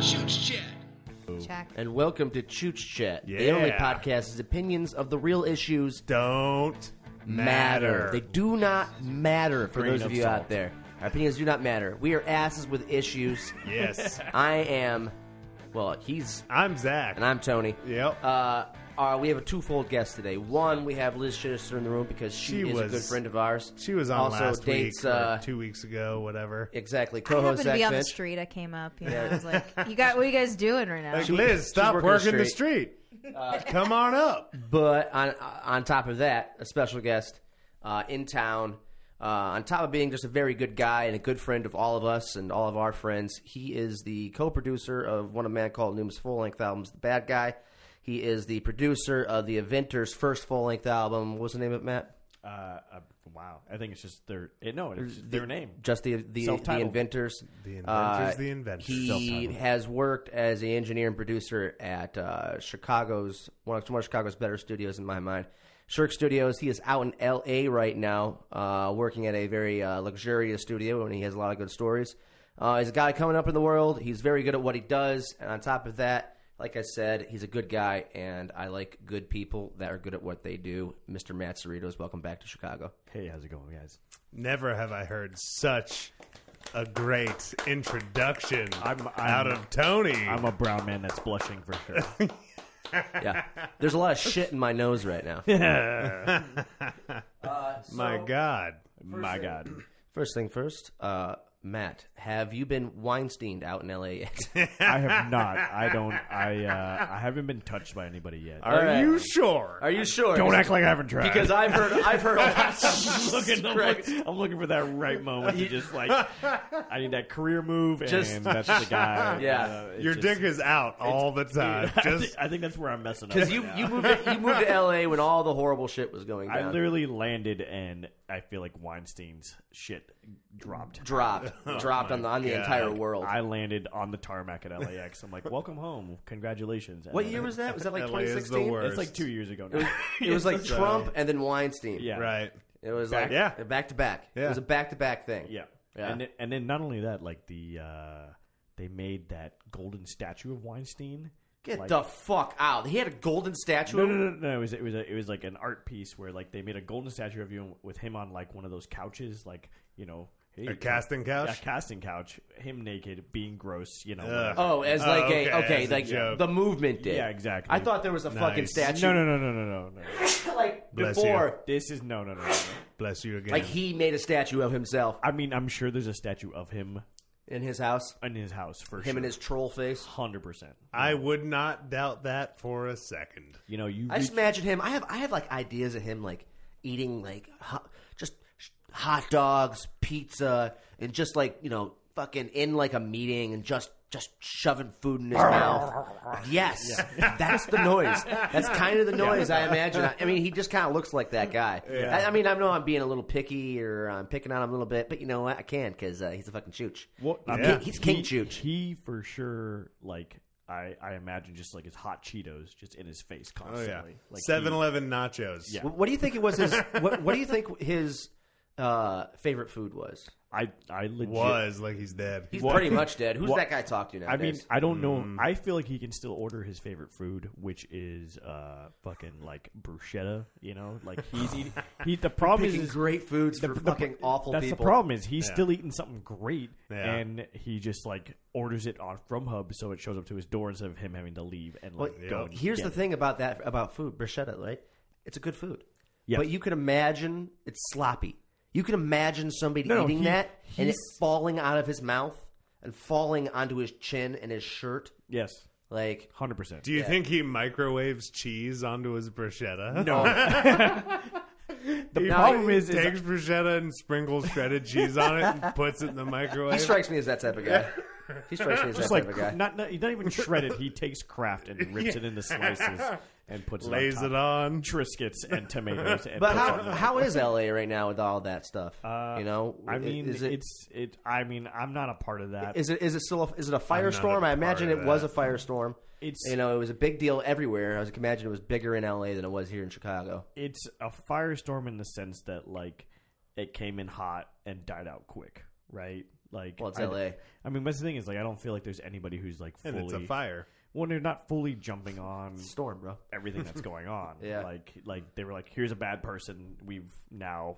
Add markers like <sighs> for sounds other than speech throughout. Shoots Chat. Check. And welcome to Chooch Chat, the only Yeah. podcast whose opinions of the real issues Don't matter. They do not matter for Grain those of of you salt. out there. Our opinions do not matter. We are asses with issues. yes. <laughs> I am, well, he's, I'm Zach. and I'm Tony. Yep. Uh, uh, we have a twofold guest today. One, we have Liz Chittister in the room because she, She is was- a good friend of ours. she was on also last dates, week, or uh, two weeks ago, whatever. exactly I happened co-host to Zach be on the Finch. street. I came up. You know, I was like, "You got what are you guys doing right now?" Like, Liz, stop working working, the the street. <laughs> Come on up. But on on top of that, a special guest uh, in town. Uh, on top of being just a very good guy and a good friend of all of us and all of our friends, he is the co-producer of one of Matt Call Noom's full-length albums, The Bad Guy. He is the producer of the Aventers' first full-length album. What's the name of it, Matt? Uh, uh, wow, I think it's just their it, no, it's just their name. Just the the, the Self-titled. inventors. The Inventors, Uh, The Inventors. He Self-titled. has worked as the engineer and producer at uh, Chicago's one of, one of Chicago's better studios in my mind, Shirk Studios. He is out in L.A. right now, uh, working at a very uh, luxurious studio, and he has a lot of good stories. Uh, he's a guy coming up in the world. He's very good at what he does, and on top of that, like I said, he's a good guy, and I like good people that are good at what they do. Mr. Matt Cerritos, welcome back to Chicago. Hey, how's it going, guys? Never have I heard such a great introduction I'm- I'm- out of Tony. I'm a brown man that's blushing <laughs> for sure. Yeah, there's a lot of shit in my nose right now. My God. My God, <laughs> First thing first, uh, Matt, have you been Weinsteined out in LA <laughs> yet? I have not. I don't. I uh, I haven't been touched by anybody yet. All right. Are you sure? Are you sure? Don't act like I haven't tried. <laughs> because I've heard I've heard a lot. I'm looking, I'm, Christ. looking, I'm looking for that right moment to just like I need that career move, and Just- that's the <laughs> guy. Uh, Yeah. it's Your just- dick is out all the <laughs> time. I, Just think, I think that's where I'm messing up. Because you, right now. you moved to, you moved to LA when all the horrible shit was going I down. literally landed, and I feel like Weinstein's shit dropped. <laughs> dropped dropped on the on the God. entire world. Oh I landed on the tarmac at LAX. I'm like, welcome home. Congratulations. And what then- year was that? Was that like LA is the 2016? worst. It's like two years ago now. <laughs> It was like So- Trump and then Weinstein. uh, Yeah. right. It was Back- like yeah. back to back. It Yeah. was a back to back thing. Yeah. Yeah. And, then, and then not only that, like the uh, they made that golden statue of Weinstein. Get like, the fuck out. He had a golden statue. no, no, no, no. It was it was a, it was like an art piece where like they made a golden statue of you with him on like one of those couches, like you know, hey, A casting couch? yeah, casting couch, him naked, being gross, you know. Ugh. whatever. Oh, as Oh, like okay, a okay, as a like joke. the movement did. Yeah, exactly. I thought there was a fucking Nice. statue. no, no, no, no, no, no, no. like Bless before, This is no, no, no, no. no. Bless you again. like he made a statue of himself I mean, I'm sure there's a statue of him in his house. in his house for Him and his troll face. hundred percent. I would not doubt that for a second. You know, you I just reach- imagine him. I have I have like ideas of him like eating like hot, just hot dogs, pizza, and just like you know fucking in like a meeting and just just shoving food in his <laughs> mouth. Yes, that's the noise. That's kind of the noise I imagine. I, I mean, he just kind of looks like that guy. I, I mean, I know I'm being a little picky or I'm picking on him a little bit, but you know what? I can because uh, he's a fucking chooch. Well, He's I king- mean, he's king he, chooch. He for sure, like I, I imagine just like his hot Cheetos just in his face Oh constantly. yeah, Like Seven Eleven nachos. Yeah. What do you think it was? His what, what do you think his uh, favorite food was? I, I legit. was like he's dead. He's What? pretty much dead. Who's What? that guy talk to now? I mean, I don't know. Mm. I feel like he can still order his favorite food, which is uh, fucking like bruschetta. You know, like he's eating. He the problem is, picking is great foods for fucking awful that's people. the problem is he's still eating something great, Yeah. and he just like orders it on from Hub, so it shows up to his door instead of him having to leave and like go. and Here's get the it. thing about that about food, bruschetta, right? It's a good food, Yeah. but you can imagine it's sloppy. You can imagine somebody No, no, eating he- that and it he's- falling out of his mouth and falling onto his chin and his shirt. Yes, Like, hundred percent. Do you think he microwaves cheese onto his bruschetta? <laughs> No, oh, The he problem probably is, is takes bruschetta and sprinkles shredded cheese on it and puts it in the microwave. he strikes me as that type of <laughs> guy. He strikes me as that just like type of <laughs> guy. not, not he's not even shredded. He takes craft and rips it into slices <laughs> and puts lays it it on. on top. Triscuits and tomatoes. And But puts how it on. how is LA right now with all that stuff? Uh, you know, I I- mean, is it it's it. I mean, I'm not a part of that. is it is it still a, is it a not a firestorm? I part imagine of it was a that. firestorm. It's- you know it was a big deal everywhere. I was imagine it was bigger in LA than it was here in Chicago. it's a firestorm in the sense that like it came in hot and died out quick, right? Like, Well, it's I- LA. I mean, that's the thing is, like, I don't feel like there's anybody who's like fully. And it's a fire. Well, they're not fully jumping on Storm, bro. everything <laughs> that's going on. Yeah. Like, like they were like, here's a bad person. We've now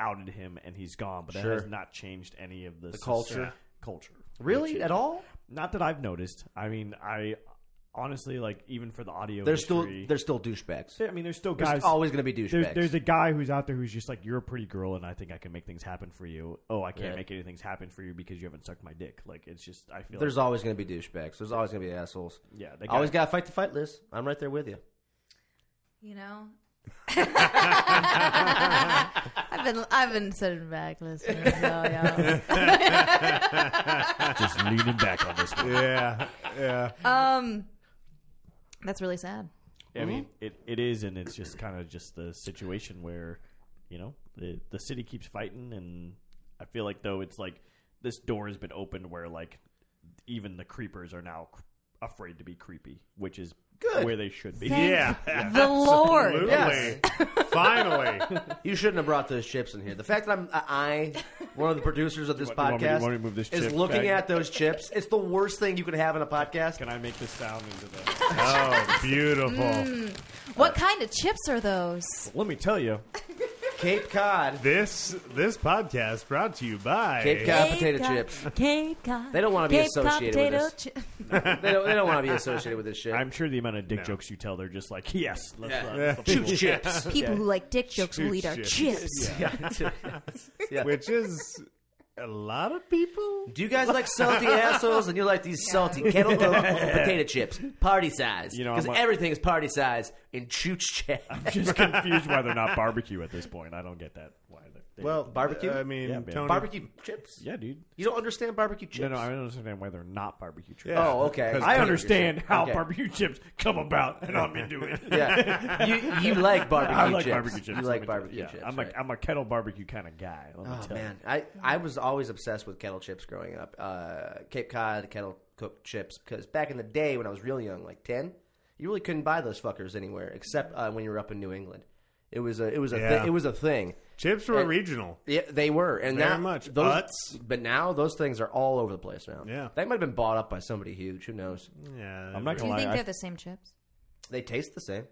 outed him, and he's gone. But that Sure. has not changed any of the, soc- culture. Culture. Really? Which At is- all? Not that I've noticed. I mean, I honestly like even for the audio. They're still history- they're still douchebags. I mean, there's still There's guys. always going to be there's, douchebags. there's a guy who's out there who's just like, you're a pretty girl, and I think I can make things happen for you. Oh, I can't Right. make anything happen for you because you haven't sucked my dick. Like it's just, I feel. There's like, always going to be douchebags. There's always going to be assholes. yeah, the guy, Always got to fight the fight, Liz. I'm right there with you. You know. <laughs> I've been I've been sitting back listening. So, yeah. just leaning back on this <laughs> one. Yeah, yeah. Um, that's really sad. I mean, Mm-hmm. it, it is, and it's just kind of just the situation where, you know, the the city keeps fighting, and I feel like though it's like this door has been opened where like even the creepers are now cr- afraid to be creepy, which is Good. where they should be. Thank Yeah. The Lord. Absolutely. <laughs> Finally. You shouldn't have brought those chips in here. The fact that I'm I, I, one of the producers of this <laughs> You want- you want me to- podcast, you want me to move this is chip looking back? at those chips. It's the worst thing you can have in a podcast. Can I make this sound into the? Oh, beautiful. What kind of chips are those? Let me tell you, Cape Cod, This this podcast brought to you by Cape <laughs> Cod potato chips. Cape Cod. They don't wanna be Cape Cod associated with potato us. chi- <laughs> They don't, they don't want to be associated with this shit. I'm sure the amount of dick No. jokes you tell, they're just like, yes, let's, Yeah. uh, let's let people- chips. People who like dick jokes will eat our Chips. chips. which is a lot of people. Do you guys like <laughs> salty assholes and you like these salty kettle cooked potato chips? Party size. You know, Because I'm a- everything's party size in chooch <laughs> chat. just confused why they're not barbecue at this point. I don't get that. Why? They're, they- Well, Barbecue? I mean, Yeah, man. Tony, barbecue chips? yeah, dude. You don't understand barbecue chips? No, no, I don't understand why they're not barbecue chips. Yeah. Oh, okay. 'Cause I Cooking understand how Okay. barbecue chips come about, and I'm into it. <laughs> Yeah, you, you <laughs> like barbecue I like chips. barbecue chips. You like I'm barbecue yeah, chips. I'm right. a I'm a kettle barbecue kind of guy. Let me Oh tell man, I, I was always obsessed with kettle chips growing up. Uh, Cape Cod kettle cooked chips because back in the day when I was real young, like ten, you really couldn't buy those fuckers anywhere except uh, when you were up in New England. It was a it was a Yeah. thi- it was a thing. chips were And- regional. Yeah, they were, and Very now much. those, Utz. but now those things are all over the place now. Yeah. they might have been bought up by somebody huge. Who knows? Yeah, I'm not Do you Well, I- think I- they're the same chips? They taste the same.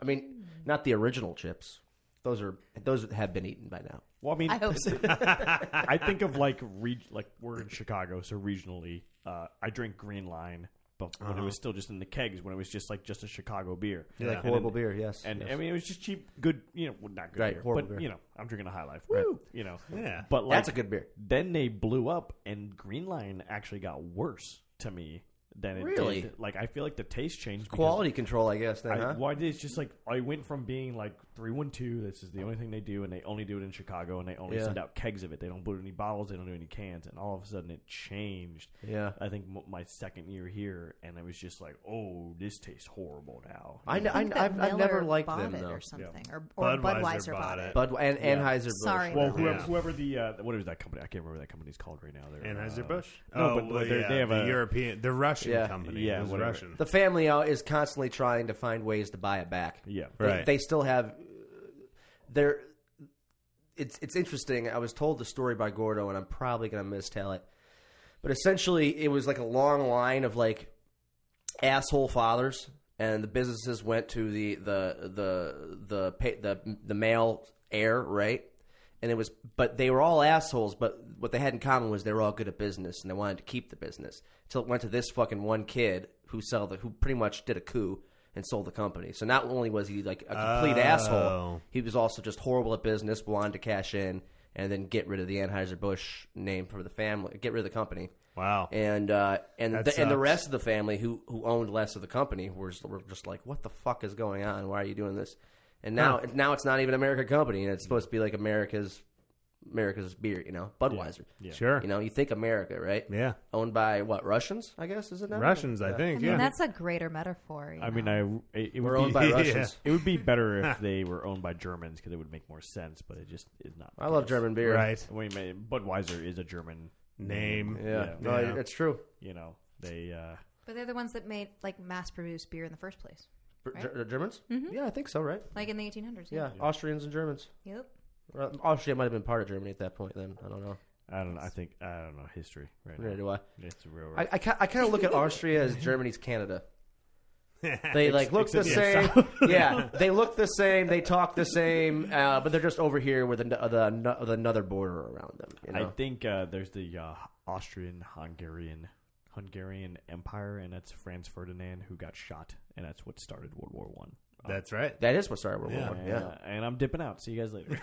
I mean, not the original chips. Those are those have been eaten by now. Well, I mean, I hope so. I think of like re- like we're in Chicago, so regionally, uh, I drink Green Line, but when it was still just in the kegs, when it was just like just a Chicago beer, Uh-huh. You like horrible beer, yes. and yes. I mean it was just cheap, good, you know, well, not good Right, beer, horrible but beer. you know, I'm drinking a High Life, woo, you know, Yeah. But like, that's a good beer. then they blew up and green line actually got worse to me than it Really? did like i feel like the taste changed because Quality control, I guess. Then, I, huh? why did it's just like i went from being like 312 this is the only thing they do and they only do it in chicago and they only Yeah. send out kegs of it they don't put any bottles they don't do any cans and all of a sudden it changed Yeah. i think m- my second year here and it was just like oh this tastes horrible now I, think kn- I, kn- that I've, I've Miller never liked bought them it though. or something, or, or Budweiser Budweiser, bought bought, it. it. Bud and Anheuser Busch. Sorry. well, whatever. whoever, Oh, Yeah. whoever the uh, what is that company? I can't remember that company's called right now. They're, Anheuser uh, Busch. No, but they're- they have Oh, the a European, the Russian Yeah. company. Yeah, it was whatever. Russian. The family uh, is constantly trying to find ways to buy it back. yeah. They, Right. they still have. They're. It's it's interesting. I was told the story by Gordo, and I'm probably going to mistell it. But essentially, it was like a long line of like asshole fathers, and the businesses went to the the the the pay, the the male heir, right? And it was, but they were all assholes. But what they had in common was they were all good at business, and they wanted to keep the business. Till it went to this fucking one kid who sold the, who pretty much did a coup and sold the company. So not only was he like a complete asshole, he was also just horrible at business, wanted to cash in, and then get rid of the Anheuser Busch name for the family, get rid of the company Wow. and uh, and That the, and the sucks. rest of the family who who owned less of the company were just, were just like, what the fuck is going on? Why are you doing this? And now now it's not even an American company, and it's supposed to be like America's America's beer, you know, Budweiser. Sure. You know, you think America, right? Yeah. Owned by what Russians? I guess is it now? Russians, I I think. mean, yeah. that's a greater metaphor. you I mean, know. I it, it We're would owned be, <laughs> by Yeah. Russians. it <laughs> would be better if they were owned by Germans because it would make more sense. But it just is not. the I love case. German beer. right. Wait, a minute, Budweiser is a German. Name. Yeah. No, Yeah. it's true. You know, they uh, but they're the ones that made like mass-produced beer in the first place, Ger- Ger- uh, Germans? Yeah, I think so. Right? like in the 1800s. Yeah. Austrians and Germans. Yep. Well, Austria might have been part of Germany at that point. Then I don't know. I don't. know. I think I don't know history right Neither now. do I. It's real. I, I, ki- I kind of look at Austria as Germany's <laughs> Canada. They like look the except same. yeah, they look the same. They talk the same, uh, but they're just over here with, an, uh, the, ano- with another border around them. You I know? think uh, there's the uh, Austrian-Hungarian Hungarian Empire, and that's Franz Ferdinand who got shot, and that's what started World War One. That's right. that is what started World War Yeah. One. And, Oh, Yeah, uh, and I'm dipping out. See you <laughs> guys later.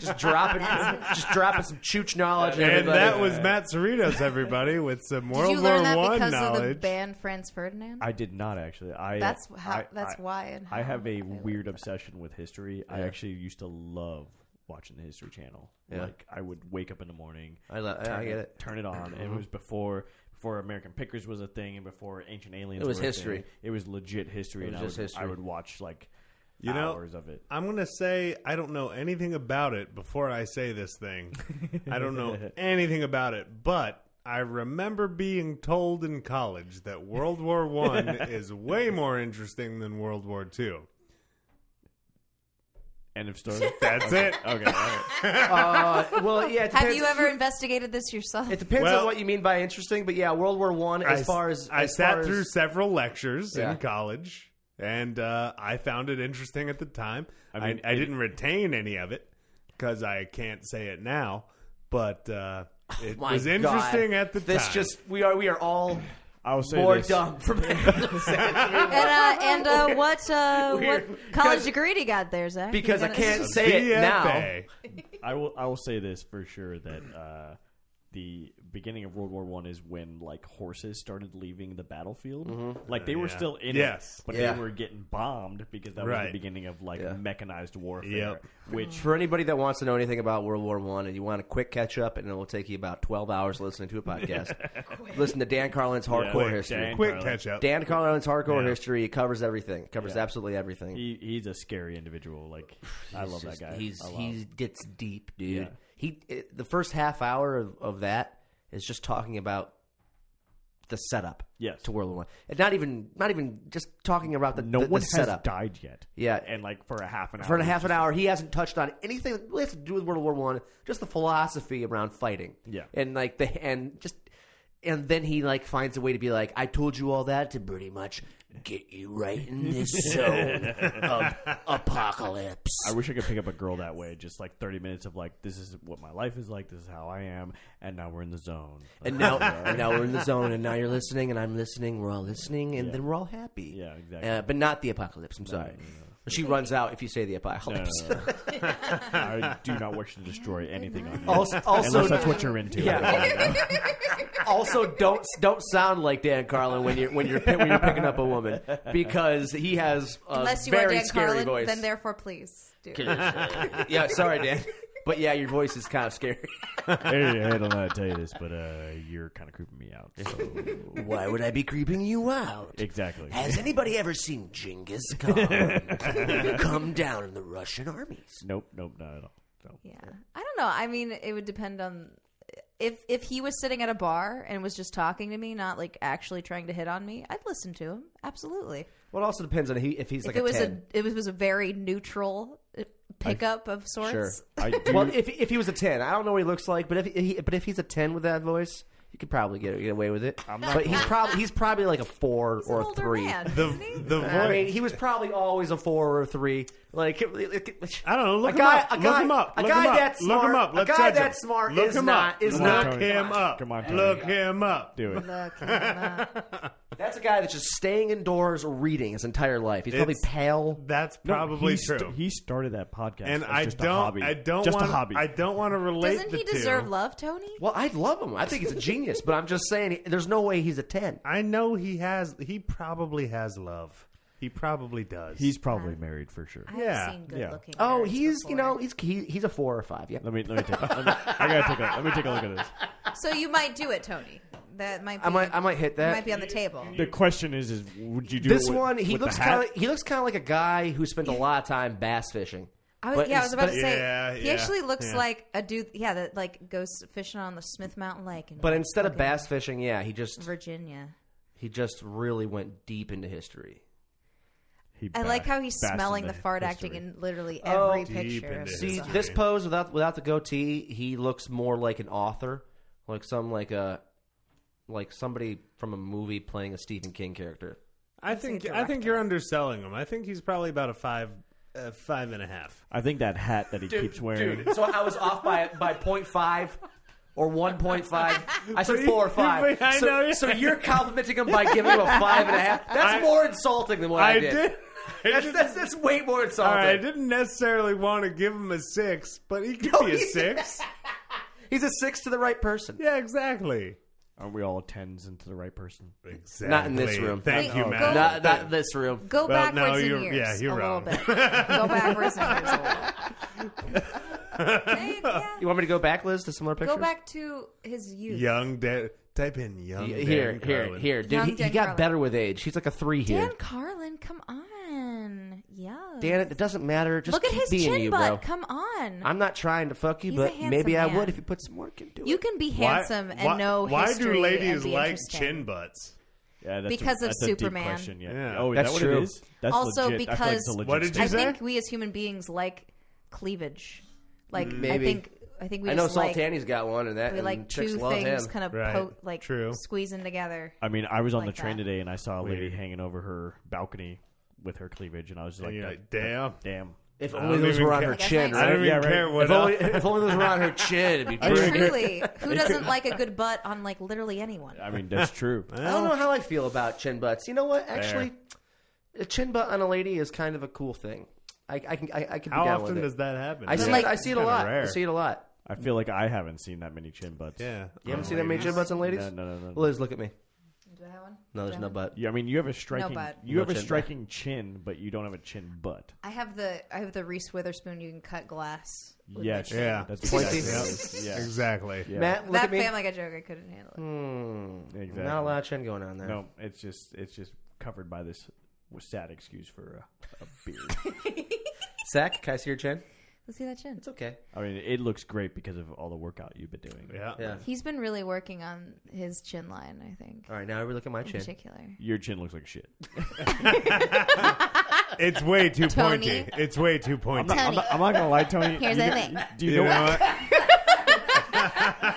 just dropping, <laughs> just dropping some chooch knowledge. on And everybody. that was Matt Cerritos, everybody, with some Did World you War learn that One because of the knowledge. band Franz Ferdinand? I did not actually. I that's how. I- that's I- why. And I how have a I learned weird that. obsession with history. I actually used to love watching the History Channel. Yeah. Like I would wake up in the morning, I, lo- I, I get it. Mm-hmm. turn it on, and it was before before American Pickers was a thing, and before Ancient Aliens. It was were a history. thing. It was legit history. It was and just I would, history. I would watch like You know- hours of it. I'm gonna say I don't know anything about it before I say this thing. I don't <laughs> know anything about it, but I remember being told in college that World War <laughs> One is way more interesting than World War Two. End of <laughs> story. That's it. okay. all right. Uh, well, yeah. It <laughs> Have depends- you ever investigated this yourself? It depends on Well- what you mean by interesting, but yeah, World War One. As I- far as I as sat far as- through several lectures Yeah. in college, and uh, I found it interesting at the time. I mean, I, it- didn't retain any of it because I can't say it now, but uh, it Oh My was God. interesting at the This time. just we are we are all I will say more this. dumb from <laughs> because <laughs> and uh, and uh, what uh, <laughs> what Weird. college 'Cause- degree do you got there, Zach? I You got a- can't say it now. BFA. I will. I will say this for sure that uh, the beginning of World War One is when like horses started leaving the battlefield. Like they were Uh, Yeah. still in Yes. it, but Mm-hmm. Yeah. they were getting bombed because that was Right. the beginning of like Yeah. mechanized warfare. Yep. Which For anybody that wants to know anything about World War One, and you want a quick catch up, and it will take you about twelve hours listening to a <laughs> podcast. Listen to Dan Carlin's hardcore quick, history. Dan. Quick Carlin. catch up. Dan Carlin's hardcore Yeah. history covers everything. It covers absolutely everything. he, he's a scary individual. Like I love just- that guy. He's a lot. he gets deep, dude. Yeah. He it, the first half hour of, of that is just talking about the setup Yes. to World War One, and not even not even just talking about the no the, one the has setup. died yet. Yeah. and like for a half an hour. For a he's half an hour, he hasn't touched on anything that really has to do with World War One. Just the philosophy around fighting, Yeah. and like the and just and then he like finds a way to be like, I told you all that to pretty much get you right in <laughs> this zone of apocalypse. I wish I could pick up a girl that way. Just like thirty minutes of like, this is what my life is like. This is how I am, and now we're in the zone. And now, and now we're in the zone, and now you're listening, and I'm listening. We're all listening, and then we're all happy. Yeah, exactly. Uh, but not the apocalypse. I'm sorry. She runs out if you say the No, apocalypse. no, no. I do not wish to destroy anything on you. Also, also, unless that's what you're into. Yeah. also, don't don't sound like Dan Carlin when you're when you're pi- when you're picking up a woman because he has a <laughs> Unless you are very Dan scary Carlin, voice. then <laughs> therefore please do. yeah, sorry, Dan. But yeah, your voice is kind of scary. Hey, I don't know how to tell you this, but uh, you're kind of creeping me out. <laughs> So. Why would I be creeping you out? exactly. Has anybody ever seen Genghis <laughs> Khan come down in the Russian armies? Nope, nope, not at all. No. Yeah, I don't know. I mean, it would depend on if if he was sitting at a bar and was just talking to me, not like actually trying to hit on me. I'd listen to him absolutely. Well, it also depends on he, if he's like if it a was 10. a it was, was a very neutral uh, pickup of sorts. Sure. I do. Well, if if he was a ten, I don't know what he looks like, but if he, but if he's a ten with that voice, you could probably get get away with it. I'm not but he's probably he's probably like a four He's or an a older three. man, The isn't he? the I mean, voice. he was probably always a four or a three. Like it- it- it- I don't know. Look a guy, him up. A guy, look him up. A look guy him up. that's smart. Look him up. A Let's guy judge him. that's smart Look is him not Up. is Come on, not. Look Tony. him up. Come on, Tony. Look him up. do it. Look, him up. That's a guy that's just staying indoors reading his entire life. He's probably It's- pale. That's No, probably he st- true. he started that podcast, and as I just don't. a hobby. I don't just want. a hobby. I don't want to relate. Doesn't the he two. deserve love, Tony? Well, I love him. I think he's a genius, but I'm just saying there's no way he's a ten. I know he has. He probably has love. He probably does. He's probably married for sure. I've Yeah, seen good looking. Oh, nerds he's you know before. he's he, he's a four or five. Yeah. Let me let me take. A, let me, I gotta take a. Let me take a look at this. So you might do it, Tony. That might. Be, I might I might hit that. might be on the table. The question is: Is would you do this it with- one he with the looks hat? kind of he looks kind of like a guy who spent a lot of time bass fishing. I was, But yeah, I it's- was about but- to say Yeah, he yeah, actually looks yeah. like a dude. Yeah, that like goes fishing on the Smith Mountain Lake. In But instead of fucking bass fishing, yeah, he just Virginia. he just really went deep into history. He I like back- how he's bashed smelling the into fart acting history. in literally Oh. every Deep picture. into It's See his awesome. this pose without without the goatee, he looks more like an author, like some like a like somebody from a movie playing a Stephen King character. I He's a think I think director. you're underselling him. I think he's probably about a five, uh, five and a half. I think that hat that he keeps wearing. Dude, so I was off by by point five or one point five. I said But four or you- five. but I so, know you- so you're complimenting him by giving him a five and a half. That's I- more insulting than what I, I did. <laughs> That's, that's, that's way more All insulting. right, I didn't necessarily want to give him a six, but he could be a he's- six. <laughs> He's a six to the right person. <laughs> yeah, exactly. Aren't we all tens into the right person? Exactly. Not in this room. Thank Wait, you, go- Matt. Not, not this room. Go Well, no, backwards in you're- years. yeah, you're a wrong. little bit. <laughs> Go backwards in years a little. <laughs> Hey, yeah. You want me to go back, Liz, to similar pictures? Go back to his youth. Young Dan. Type in young Y- Here, Dan here, Carlin. here, dude. Young He, he Dan got Carlin. better with age. He's like a three Dan here. Carlin, come on. Yeah. Dan, it doesn't matter. Just Look at keep his being chin you, butt. bro. Come on. I'm not trying to fuck you, He's a but handsome maybe I man. would if you put some work into you it. can be Why- handsome and why, know why history do and ladies be like interesting. chin butts? Yeah, that's Because of that's a deep Superman. question, yeah. Yeah. Oh, is That's that what true. it is? That's Also legit. I feel like it's because- a legit What did you I statement. say? think we as human beings like cleavage. Like Maybe. I think I think we I know just like Sultani's got one, and that we and like chicks two love things him. kind of Right. po- like True. squeezing together. I mean, I was on Like the train that. today and I saw a lady Weird. hanging over her balcony with her cleavage, and I was just like, you're that- like, damn. that- damn. if don't only those even were on care. her I guess chin, I I right? don't even Yeah, right. care what If only, if only those were on her chin, it'd be And great. <laughs> truly, who doesn't like a good butt on like literally anyone? I mean, <laughs> that's true. I don't know how I feel about chin butts. You know what? Actually, a chin butt on a lady is kind of a cool thing. I, I can I, I can be How down often with it. does that happen? I see like- it, I see it a Kinda lot. I rare. see it a lot. I feel like I haven't seen that many chin butts. Yeah. You haven't seen that many chin butts on ladies? No, no, no, no. Liz, look at me. Do I have one? No, there's no butt. Yeah, I mean, you have a striking, butt. you No have a chin butt. striking chin, but you don't have a chin butt. I have the I have the Reese Witherspoon. You can cut glass. with Yes, my chin. Yeah. that's Pointy. exactly what it is. Yeah. <laughs> Yeah, Exactly. Yeah. Matt, look that at me. Family Guy joke I couldn't handle. It. Hmm. Exactly. Not a lot of chin going on there. No, it's just it's just covered by this sad excuse for a, a beard. Zach, can I see your chin? Let's see that chin. It's okay. I mean, it looks great because of all the workout you've been doing. Yeah. Yeah. He's been really working on his chin line. I think All right, now we look at my in chin. particular. Your chin looks <laughs> like shit. It's way too Tony. pointy. It's way too I'm pointy. not, I'm not, I'm not gonna lie, Tony. Here's you the know- thing. Do you, know, You know <laughs> what?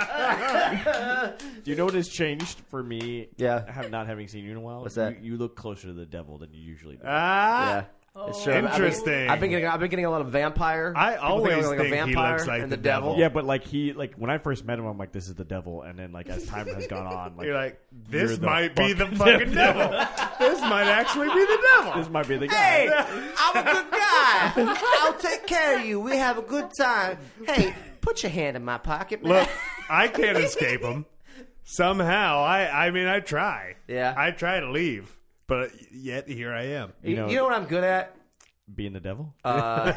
Do you know what has changed for me? Yeah. have not having seen you in a while. What's that? You, you look closer to the devil than you usually do. Ah. Yeah. uh, It's true. I've been- Interesting. I've been getting I've been getting a lot of vampire. I People I always look think he looks like and the the devil. devil. yeah, but like he, like when I first met him, I'm like, this is the devil, and then like as time has gone on, like, <laughs> You're like, this You're the might be the fucking fucking devil. this might actually be the devil. this might be the guy. Hey, <laughs> I'm a good guy. <laughs> I'll take care of you. We have a good time. Hey, put your hand in my pocket. man. Look, I can't escape him. Somehow, I I mean, I try. Yeah. I try to leave, but yet here I am. <laughs> you, you know, know- what I'm good at? Being the devil Uh,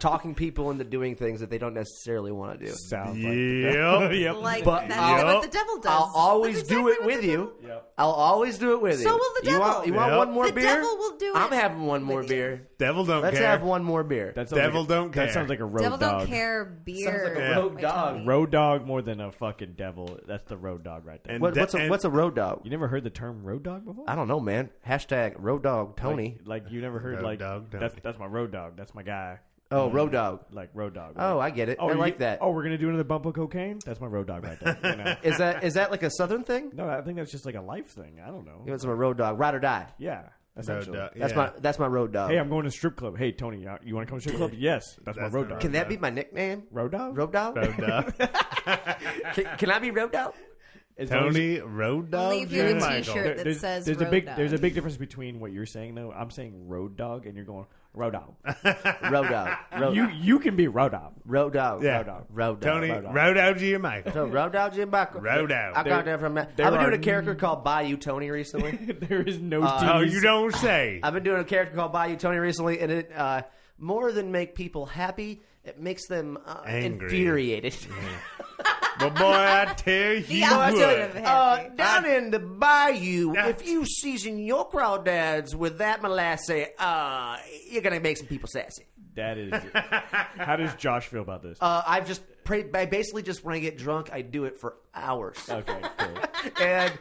Talking people into doing things that they don't necessarily want to do. sounds like the devil. Yep. Yep. Like But that's I'll- what the devil does. I'll always That's exactly do it what the with devil- you. I'll always do it with you. So will the You want, devil. you want Yep. one more The beer? devil will do I'm it having one more with you. beer. Devil don't Let's care. have one more beer. That sounds Devil like a- don't care. That sounds like a road Devil dog. don't care beer. like a Yeah. rogue Wait, dog. Tony. Road dog more than a fucking devil. That's the road dog right there. And What, de- what's a and- what's a road dog? you never heard the term road dog before? I don't know, man. Hashtag road dog Tony. Like, like you never heard Road like dog, don't that's we? that's my road dog. That's my guy. oh, road dog. Like road dog. Oh, I get it. I you- like that. Oh, we're gonna do another bump of cocaine. That's my road dog right there. you <laughs> know? Is that is that like a southern thing? No, I think that's just like a life thing. I don't know. It was a road dog, ride or die. yeah, Road essentially. dog. That's Yeah. my that's my road dog. Hey, I'm going to strip club. Hey, Tony, you- you want to come to strip <laughs> club? Yes, that's, That's my road the dog. Can that be my nickname? road dog? Road dog. road dog. <laughs> Can, can I be road dog? As long as- Tony Road Dog. leave you J. a Michael. t-shirt. that there's, says there's a road big dog. there's a big difference between what you're saying though. I'm saying road dog, and you're going road <laughs> dog. Road dog. Road, you you can be road dog. road dog. Yeah. Road dog. Road dog. Tony Road dog. Road Dog J. Michael. So road dog Jim Buckle. Road dog. I got There- that from Matt. there I've been are- doing a character called Bayou Tony recently. <laughs> there is no. Oh, T's. you don't say. I've been doing a character called Bayou Tony recently, and it uh, more than make people happy, it makes them uh, Angry. infuriated. But boy, I tell <laughs> you opposite what. of it. Uh, Happy. down in the bayou, Yeah. if you season your crawdads with that molasses, uh, you're gonna make some people sassy. That is. how does Josh feel about this? Uh, I've just pra- I basically just when I get drunk, I do it for hours, okay, cool. <laughs> and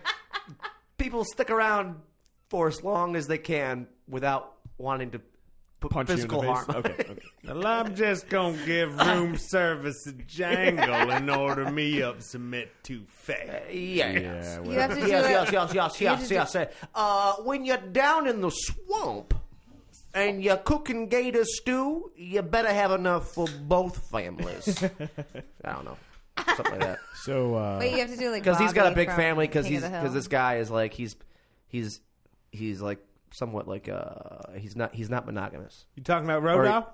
people stick around for as long as they can without wanting to put Punch physical you in the harm. face? <laughs> Okay, <laughs> okay. Well, I'm just gonna give room service a jangle and order me up some met too fat. Yeah. Yeah, You have to do yes, yes, yes, it. yes, just yes, do- yes, yes. Uh, when you're down in the swamp and you're cooking gator stew, you better have enough for both <laughs> families. I don't know, something like that. So uh, Wait, you have to do like Because he's got a Bobby big from family. Because King he's of the because Hill. this guy is like he's he's he's like somewhat like uh he's not he's not monogamous. You talking about Or- Rodow?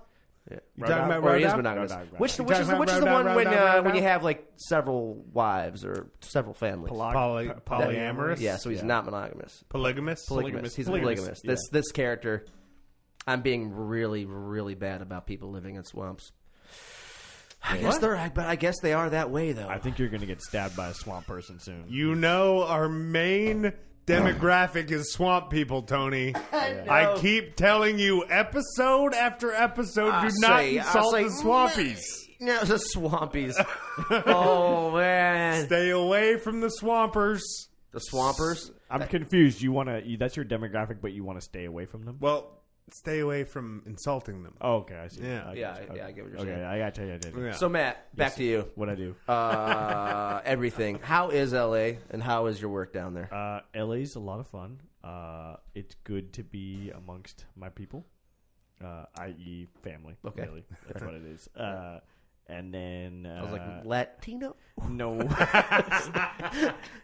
Yeah. You talking about or he is Rodau? monogamous. Rodau, Rodau. Which You which is talking about which is the Rodau, one when Rodau, uh, when you Rodau? have like several wives or several families. poly- Poly- po- polyamorous? Yeah, so he's not monogamous. Polygamous? polygamous. He's a Polygamous, polygamous. yeah. This this character, I'm being really really bad about people living in swamps. I guess they're, but I guess they are that way though. I think you're gonna get stabbed by a swamp person soon. You know our main demographic is swamp people, Tony. <laughs> I, keep telling you episode after episode, I do not say- I insult say, the swampies. no, the swampies. <laughs> oh man, Stay away from the swampers. the swampers. I'm confused. You want to? You, that's your demographic, but you want to stay away from them. Well, stay away from insulting them. Oh, okay, I see. Yeah. I Yeah, gotcha. yeah, I get what you're okay, saying. I got you. I did. Yeah. So Matt, back to you. What I do? Uh, everything. How is LA and how is your work down there? Uh, LA's a lot of fun. Uh, it's good to be amongst my people, uh, i.e., family. Okay. really, that's what it is. Uh, and then uh, I was like Latino, <laughs> no,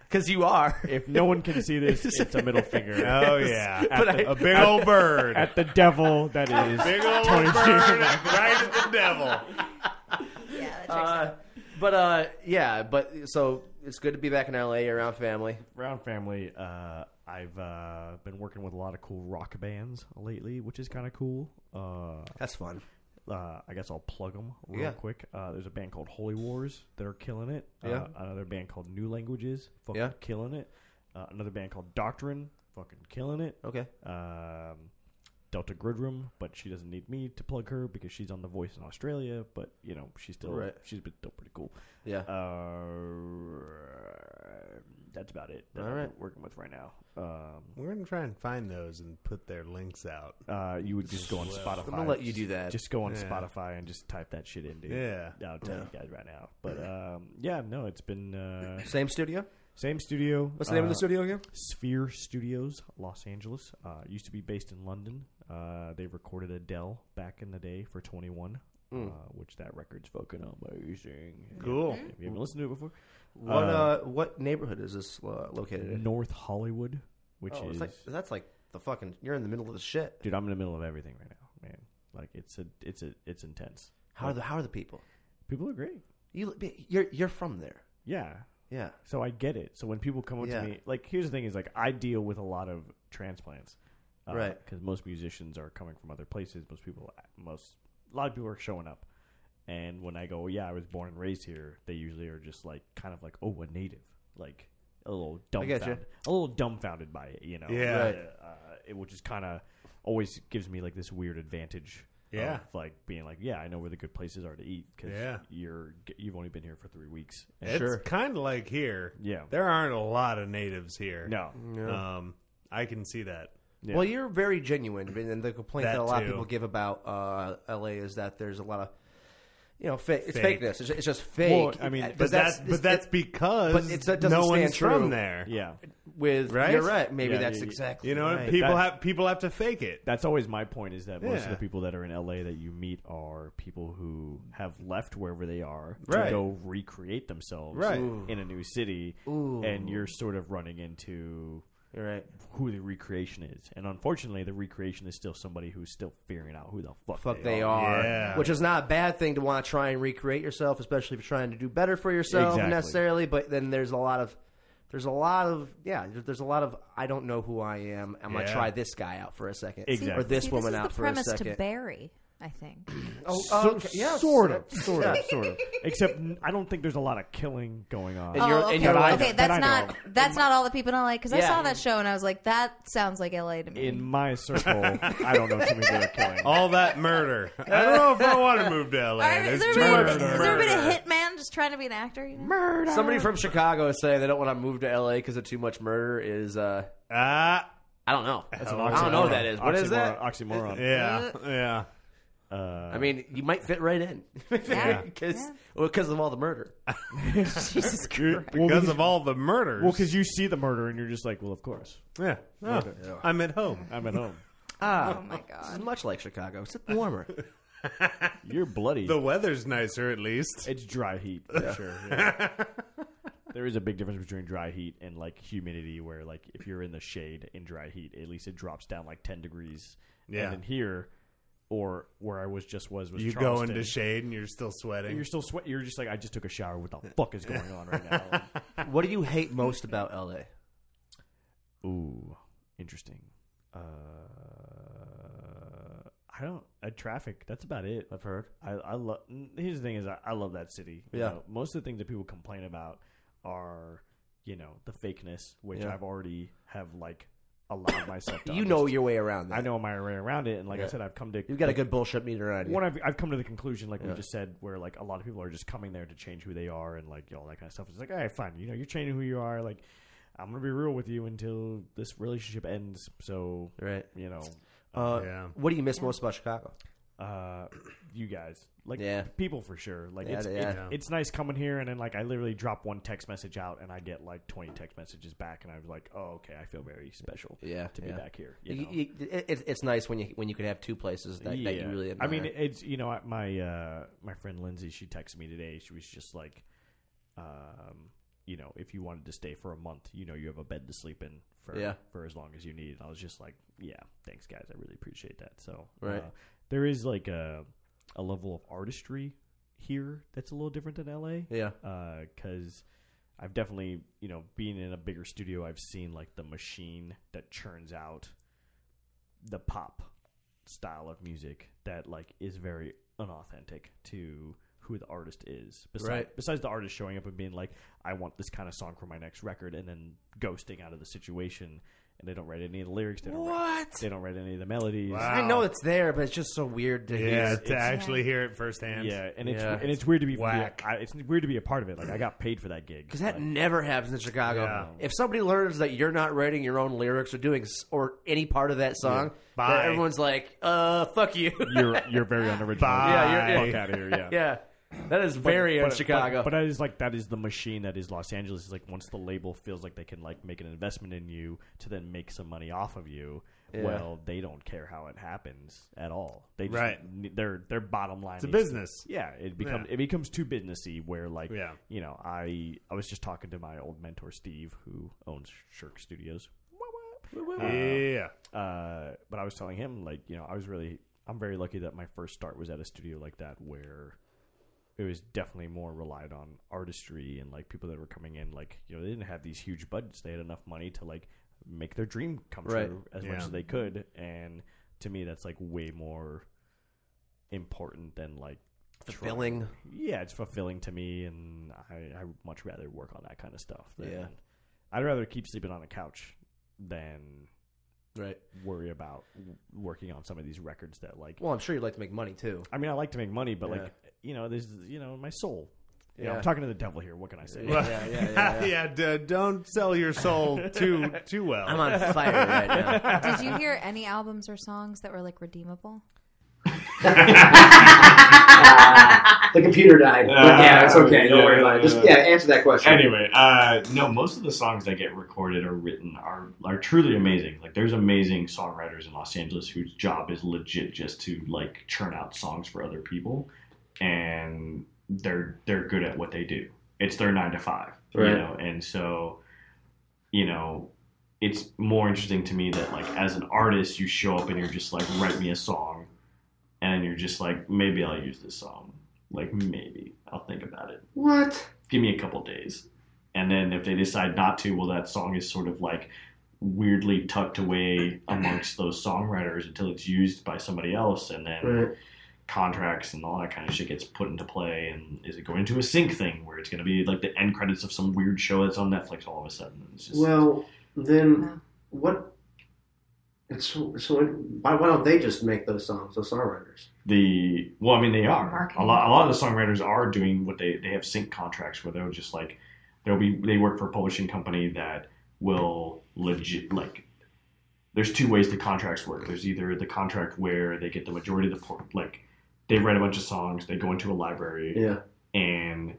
because you are. if no one can see this, it's a middle finger. Oh, yeah. At the, <laughs> A big old bird. at the devil <laughs> that is <laughs> Big old Tony bird right at the devil. Yeah, that checks Oh, out. Uh, but uh, yeah, but so it's good to be back in LA around family. Round Family, uh, I've uh, been working with a lot of cool rock bands lately, which is kind of cool. Uh, That's fun. uh, I guess I'll plug them real Yeah. quick. Uh, there's a band called Holy Wars that are killing it. Yeah. Uh, another band called New Languages, fucking Yeah. killing it. Uh, another band called Doctrine, fucking killing it. Okay. Um, Delta Gridrum, but she doesn't need me to plug her because she's on The Voice in Australia. But you know, she's still Right. she's been still pretty cool. Yeah. Uh, that's about it. That All I'm right. working with right now. Um, We're going to try and find those and put their links out. uh, you would just go on Spotify. I'm gonna let you do that. Just go on Yeah. Spotify and just type that shit in, dude. Yeah. I'll tell you guys right now. But um, yeah, no, it's been uh, Same studio. same studio. What's the name of the uh, studio again? Sphere Studios, Los Angeles. Uh, used to be based in London. Uh, they recorded Adele back in the day for 21, Hmm. uh, which that record's fucking amazing. Cool. If you haven't listened to it before, What uh, what neighborhood is this uh, located in? North Hollywood, which Oh, is it's like, that's like the fucking. You're in the middle of the shit. dude, I'm in the middle of everything right now, man. Like it's a, it's a, it's intense. How are the How are the people? People are great. You you're you're from there. Yeah. Yeah. So I get it. So when people come up Yeah. to me, like here's the thing is like I deal with a lot of transplants, uh, Right. Because most musicians are coming from other places. Most people, most a lot of people are showing up, and when I go, "Oh, yeah, I was born and raised here, they usually are just like kind of like, oh, a native, like a little getcha. dumbfounded, a little dumbfounded by it, you know? Yeah. Right. Uh, it, which is kind of always gives me like this weird advantage. Yeah. Of, like being like, yeah, I know where the good places are to eat because Yeah. you're you've only been here for three weeks. It's Sure. kind of like here. Yeah. There aren't a lot of natives here. No. Um, I can see that. Yeah. Well, you're very genuine, and then the complaint that, That a lot too. of people give about uh, LA is that there's a lot of, you know, fake, it's Fake. fakeness. It's, it's just fake. Uh, I mean, But But that's, but that's because but it's- that doesn't no stand one's true. from there. Yeah. with Right? You're right. Maybe Yeah, that's yeah, yeah. exactly. You know, right. people That- have people have to fake it. That's always my point is that most of Yeah. the people that are in LA that you meet are people who have left wherever they are Right. to go recreate themselves Right. in a new city. And you're sort of running into You're right. who the recreation is. And unfortunately, the recreation is still somebody who's still figuring out who the fuck, Fuck they are, Yeah. which is not a bad thing to want to try and recreate yourself, especially if you're trying to do better for yourself Exactly. necessarily. But then there's a lot of, there's a lot of yeah, there- there's a lot of I don't know who I am. I'm gonna Yeah. try this guy out for a second, Exactly. or this See, woman this is out the for a premise second. to Barry, I think. oh, So- okay, yeah, sort of, <laughs> sort of, sort of. Except n- I don't think there's a lot of killing going on. And you're- oh, okay. you're right. okay, That I that's know not that's not all the people in LA because I Yeah. saw that show and I was like, that sounds like LA to me. in my circle, I don't know too many that are killing. All that murder. <laughs> I don't know if I want to move to <laughs> LA. All right, is There's there, too ever much been, has there been a murder. hitman just trying to be an actor? You know? Somebody from Chicago is saying they don't want to move to LA because of too much murder. Is uh, Ah, I don't know. That's <laughs> an I don't know what that is. What is that? Oxymoron. oxymoron. Yeah, yeah. Uh, I mean, you might fit right in <laughs> because Yeah. because of all the murder. Jesus Christ. Well, Because of all the murders. Well, because you see the murder and you're just like, well, of course. yeah, Oh, I'm at home. I'm at home. Ah, Oh my this is god. much like Chicago, except warmer. You're bloody. The weather's nicer, at least. it's dry heat for <laughs> sure. yeah. there is a big difference between dry heat and like humidity, where like if you're in the shade in dry heat, at least it drops down like 10 degrees. Yeah. And in here, or where I was just was was You go Charleston. into shade and you're still sweating. You're still sweat. You're just like I just took a shower. What the fuck is going on right <laughs> now? what do you hate most about LA? Ooh, interesting. Uh, I don't. Uh, traffic. That's about it. I've heard. I, I love. Here's the thing: is I, I love that city. You Yeah. know, most of the things that people complain about are, you know, the fakeness, which Yeah. I've already have like allowed myself. <laughs> to You know understand. your way around that. I know my way around it, and like I Yeah. said, I've come to. You've got a good bullshit meter on you. One, I've, I've come to the conclusion, like Yeah. we just said, where like a lot of people are just coming there to change who they are and like all that kind of stuff. It's like, all right, fine, you know, you're changing who you are. Like, I'm gonna be real with you until this relationship ends. So, Right. you know, Uh, Yeah. What do you miss most about Chicago? uh, you guys, like Yeah. people for sure. Like, Yeah, it's, yeah. it- it's nice coming here and then like I literally drop one text message out and I get like 20 text messages back and I was like, oh, okay, I feel very special. Yeah, to be yeah. back here. You You know? you- it- it's- it's nice when you when you could have two places that, that you really. Admire. I mean, it's you know, my uh, my friend Lindsay, she texted me today. She was just like, um, you know, if you wanted to stay for a month, you know, you have a bed to sleep in for Yeah. for as long as you need. And I was just like, yeah, thanks guys, I really appreciate that. So Right. uh, there is like a a level of artistry here that's a little different than LA yeah, because uh, I've definitely, you know, being in a bigger studio, I've seen like the machine that churns out the pop style of music that like is very unauthentic to who the artist is. Besides, Right. besides the artist showing up and being like, "I want this kind of song for my next record," and then ghosting out of the situation, and they don't write any of the lyrics. They don't Write, What? they don't write any of the melodies. Wow. I know it's there, but it's just so weird to yeah, hear. to actually hear it firsthand. Yeah, and it's Yeah. and it's weird to be, Whack. I, it's weird to be a part of it. Like I got paid for that gig Because that Like, never happens in Chicago. Yeah. If somebody learns that you're not writing your own lyrics or doing s- or any part of that song, Bye. then everyone's like, "Uh, fuck you." <laughs> you're you're very unoriginal. Yeah, you're- Fuck out of here. Yeah. yeah, that is very un But- Chicago. But, but that is like that is the machine that is Los Angeles. Is like once the label feels like they can like make an investment in you to then make some money off of you. Well, they don't care how it happens at all. They just, Right. Their their bottom line. It's a is- business. Yeah, it becomes Yeah. it becomes too businessy. Where like Yeah. you know, I I was just talking to my old mentor Steve, who owns Shirk Studios. Uh, Yeah. uh, but I was telling him like you know I was really I'm very lucky that my first start was at a studio like that where it was definitely more relied on artistry and like people that were coming in like you know they didn't have these huge budgets they had enough money to like make their dream come Right. true as Yeah. much as they could and to me that's like way more important than like trying- Fulfilling. yeah, it's fulfilling to me, and I, I would much rather work on that kind of stuff. Than, Yeah. I'd rather keep sleeping on a couch than Right. worry about w- working on some of these records that like Well, I'm sure you'd like to make money too. I mean I like to make money but Yeah. like you know there's you know my soul you know, Yeah. I'm talking to the devil here what can I say Yeah, yeah, yeah, yeah, <laughs> yeah. yeah, d- don't sell your soul <laughs> too too well. I'm on fire right <laughs> now. Did you hear any albums or songs that were like redeemable? The computer died. but yeah, it's okay. Don't worry about it. Just yeah, answer that question. Anyway, uh, no, most of the songs that get recorded or written are are truly amazing. Like, there's amazing songwriters in Los Angeles whose job is legit just to like churn out songs for other people, and they're they're good at what they do. It's their nine to five, Right. you know, and so you know. It's more interesting to me that, like, as an artist, you show up and you're just like, write me a song, and you're just like, maybe I'll use this song. Like, maybe I'll think about it What? give me a couple days. And then if they decide not to, well, that song is sort of like weirdly tucked away amongst those songwriters until it's used by somebody else. And then Right. contracts and all that kind of shit gets put into play. And is it going into a sync thing where it's going to be like the end credits of some weird show that's on Netflix all of a sudden? It's just, Well, then what? It's, so why, why don't they just make those songs, those songwriters? the well, I mean, they are Marketing. a lot. A lot of the songwriters are doing what they they have sync contracts where they'll just like they'll be they work for a publishing company that will legit like there's two ways the contracts work. There's either the contract where they get the majority of the por- like they write a bunch of songs, they go into a library, Yeah. and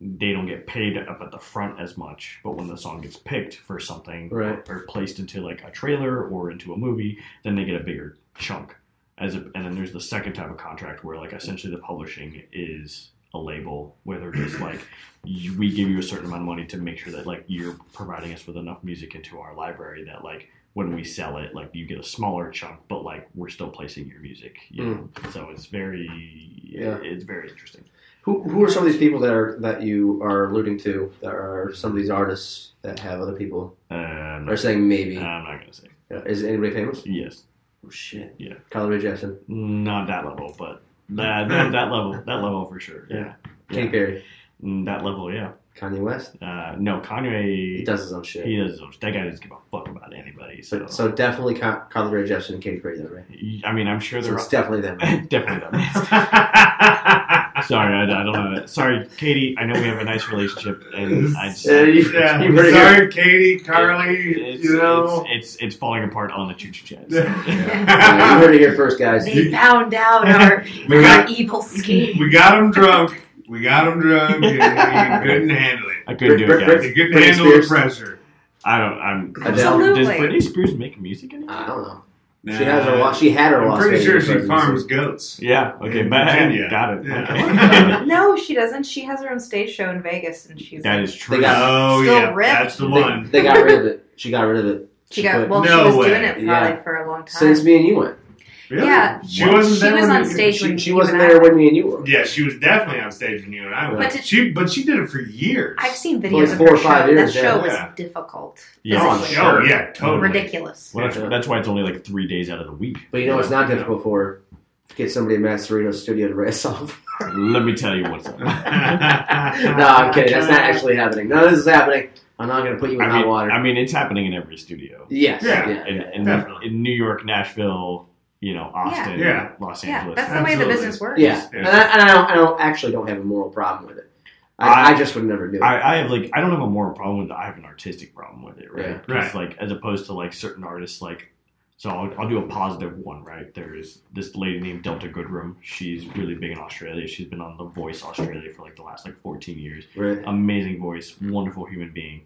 they don't get paid up at the front as much. But when the song gets picked for something Right. or, or placed into like a trailer or into a movie, then they get a bigger chunk. As a, and then there's the second type of contract where like essentially the publishing is a label where <clears throat> they're just like you, we give you a certain amount of money to make sure that like you're providing us with enough music into our library that like when we sell it like you get a smaller chunk but like we're still placing your music you know? so it's very Hmm. Yeah. it's very interesting Who, who are some of these people that are that you are alluding to? That are some of these artists that have other people Uh, I'm are not, saying maybe? I'm not gonna say Yeah. Is anybody famous? yes. Oh shit! Yeah. Carly Rae Jepsen, Not that level, but that that, that level, that level for sure. Yeah, Katy Yeah. Perry, Mm, that level. Yeah. Kanye West. Uh, no, He Kanye. does his own shit. He does. his own- That guy doesn't give a fuck about anybody. So, so, so definitely Ka- Carly Rae Jepsen and Katy Perry, though, right? I mean, I'm sure So they're it's definitely them. <laughs> definitely them. Sorry, I, I don't know. Sorry, Katie. I know we have a nice relationship, and I just, Yeah, you- Yeah. you better get- Sorry, Katie, Carly. it's, you know. <laughs> it's, it's it's falling apart on the choo choo <laughs> chat. <laughs> you heard it here first, guys. They found out our, We our got- evil scheme. we got them drunk. We got them drunk, and we couldn't handle it. I couldn't do it, guys. They couldn't Britney handle the Spears. pressure. I don't. I'm. Adele. Does Absolutely. Britney Spears make music anymore? I don't know. Nah. She has her. Las- She had her. I'm Las pretty Vegas sure she residency. farms goats. Yeah. Okay. In But <laughs> Virginia. Got it. Yeah. Okay. <laughs> No, she doesn't. She has her own stage show in Vegas, and she's that is true. They got- Oh Still yeah, ripped. that's the They, one. they got rid of it. She got rid of it. she got quit. well, No she was way. doing it probably Yeah. for a long time. since me and you went. Really? Yeah, she wasn't she there was when on we- stage She, when she you wasn't and I there were- when me and you were. Yeah, she was definitely on stage when you and I went. But did- she, but she did it for years. I've seen Like videos of four her or five show. years, that yeah. show Yeah. was difficult. Yeah. Oh, Oh, physically. sure. yeah, totally. Ridiculous. Well, that's, that's why it's only like three days out of the week. But you know, it's not Yeah. difficult for her to get somebody in Matt Sereno's studio to write a song. Let me tell you what's <laughs> up. no, I'm kidding. That's not actually happening. None of this is happening. I'm not going to put you in I hot mean, water. I mean, it's happening in every studio. yes. Yeah. Yeah. In, in, Definitely. in New York, Nashville, you know, Austin, Yeah. Los Yeah, Angeles. that's the way Absolutely. the business works. Yeah. And, I, and I, don't, I don't actually don't have a moral problem with it. I, I, I- just would never do it. I, I have like I don't have a moral problem with it. I have an artistic problem with it, right? Yeah. 'Cause, Like as opposed to like certain artists, like so I'll, I'll do a positive one, right? There's this lady named Delta Goodrum. She's really big in Australia. She's been on The Voice Australia for like the last like 14 years. Right. Amazing voice, wonderful human being.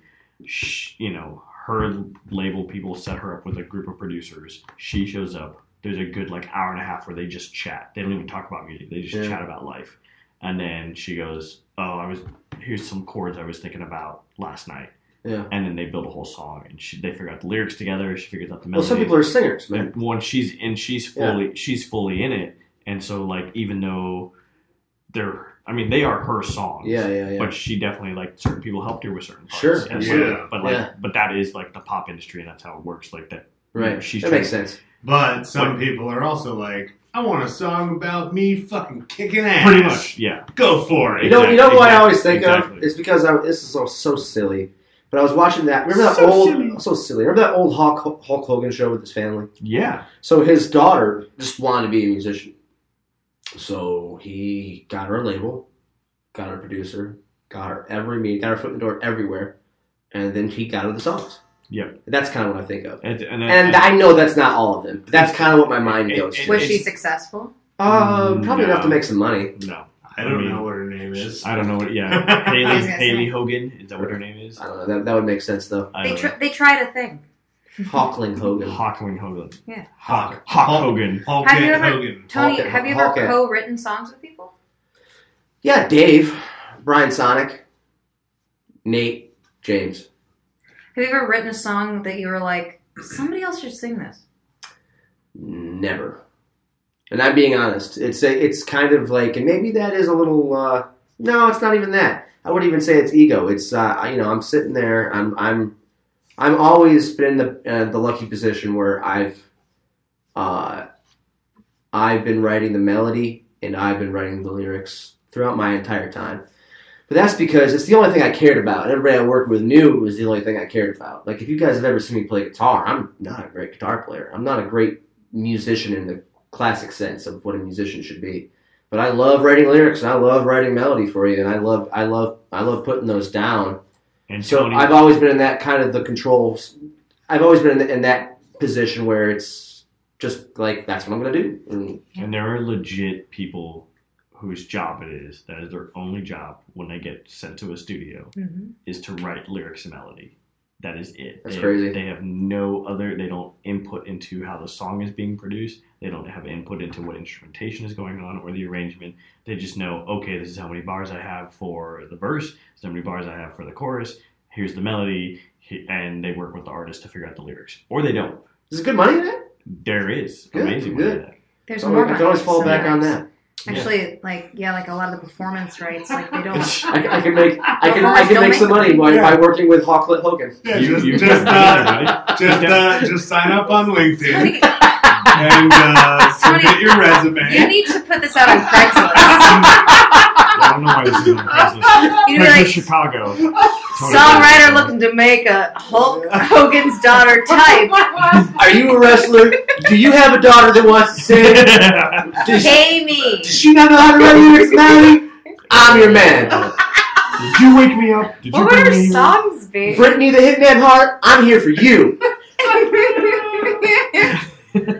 Sh you know, her label people set her up with a group of producers. She shows up. There's a good like hour and a half where they just chat. They don't even talk about music. They just Yeah. chat about life. And then she goes, "Oh, I was here's some chords I was thinking about last night. Yeah. And then they build a whole song, and she, they figure out the lyrics together. She figures out the Well, melody. some people are singers, man. And once she's and she's Yeah. fully she's fully in it, and so like even though they're, I mean, they are her songs. Yeah, yeah, yeah. But she definitely like certain people helped her with certain parts. Sure, And, like, yeah. But like, Yeah. but that is like the pop industry, and that's how it works. Like that. right. she's that makes sense. But some people are also like, I want a song about me fucking kicking ass. Pretty much, yeah. Go for You it. know, you know what I Exactly. always think of? Exactly. It's because I, this is all so silly. But I was watching that. Remember that So old, silly. so silly. Remember that old Hulk, Hulk Hogan show with his family? Yeah. So his daughter just wanted to be a musician. So he got her a label, got her a producer, got her every meeting, got her foot in the door everywhere, and then he got her the songs. Yep. That's kind of what I think of. And, uh, and, And I know that's not all of them, but that's kind of what my mind It- goes it- to. Was she It's- successful? Uh, probably enough to No. make some money. no, I don't mean, know what her name is. I don't know what. <laughs> Yeah, I Haley was gonna say. Haley Hogan is that what her name is? Uh, I don't know. That, that would make sense, though. I They don't tr- they tried a thing. Hawkling know. Hogan. Hawkling Hogan. Yeah. Hawk Hawk Hogan. Hulk Have you Hogan. ever- Tony, Hawkeye- have you ever Hawkeye. co-written songs with people? Yeah, Dave, Brian Sonic, Nate, James. Have you ever written a song that you were like, somebody else should sing this? Never. And I'm being honest. It's a, it's kind of like, and maybe that is a little. Uh, no, it's not even that. I wouldn't even say it's ego. It's uh, I- you know, I'm sitting there. I'm I'm I'm always been in the uh, the lucky position where I've uh, I've been writing the melody and I've been writing the lyrics throughout my entire time. But that's because it's the only thing I cared about. And everybody I worked with knew it was the only thing I cared about. Like if you guys have ever seen me play guitar, I'm not a great guitar player. I'm not a great musician in the classic sense of what a musician should be. But I love writing lyrics and I love writing melody for you and I love I love I love putting those down. And So Tony, I've always been in that kind of the control. I've always been in, the, in that position where it's just like that's what I'm gonna do. And And there are legit people whose job it is that is their only job when they get sent to a studio hmm is to write lyrics and melody. That is it. That's they, crazy. They have no other. They don't input into how the song is being produced. They don't have input into what instrumentation is going on or the arrangement. They just know, okay, this is how many bars I have for the verse. This is how many bars I have for the chorus. Here's the melody, he- and they work with the artist to figure out the lyrics, or they don't. is it good money in it? There is Good, amazing. good. money in that. There's So more. we can always behind fall back on sometimes. that. Yeah. Actually, like yeah, like a lot of the performance rights, like they <laughs> don't. I, I can make I can I Don't can make some make- money by, Yeah. by working with Hawklet Hogan. Yeah, You- <laughs> just, you- just, uh, everybody. just, uh, just sign up <laughs> on LinkedIn Somebody- and uh, Somebody- submit your resume. <laughs> you need to put this out on Craigslist. I don't know why this <laughs> is in Craigslist. You'd be like, Craigslist Chicago. songwriter looking to make a Hulk Hogan's daughter type. Are you a wrestler? do you have a daughter that wants to <laughs> sing? looking. Does, Pay me. does she not know how to write lyrics, Maddie? I'm your man. Did you wake me up? Did you What would bring her me songs be? <laughs> <laughs> Brittany the Hitman Hart, I'm here for you. Did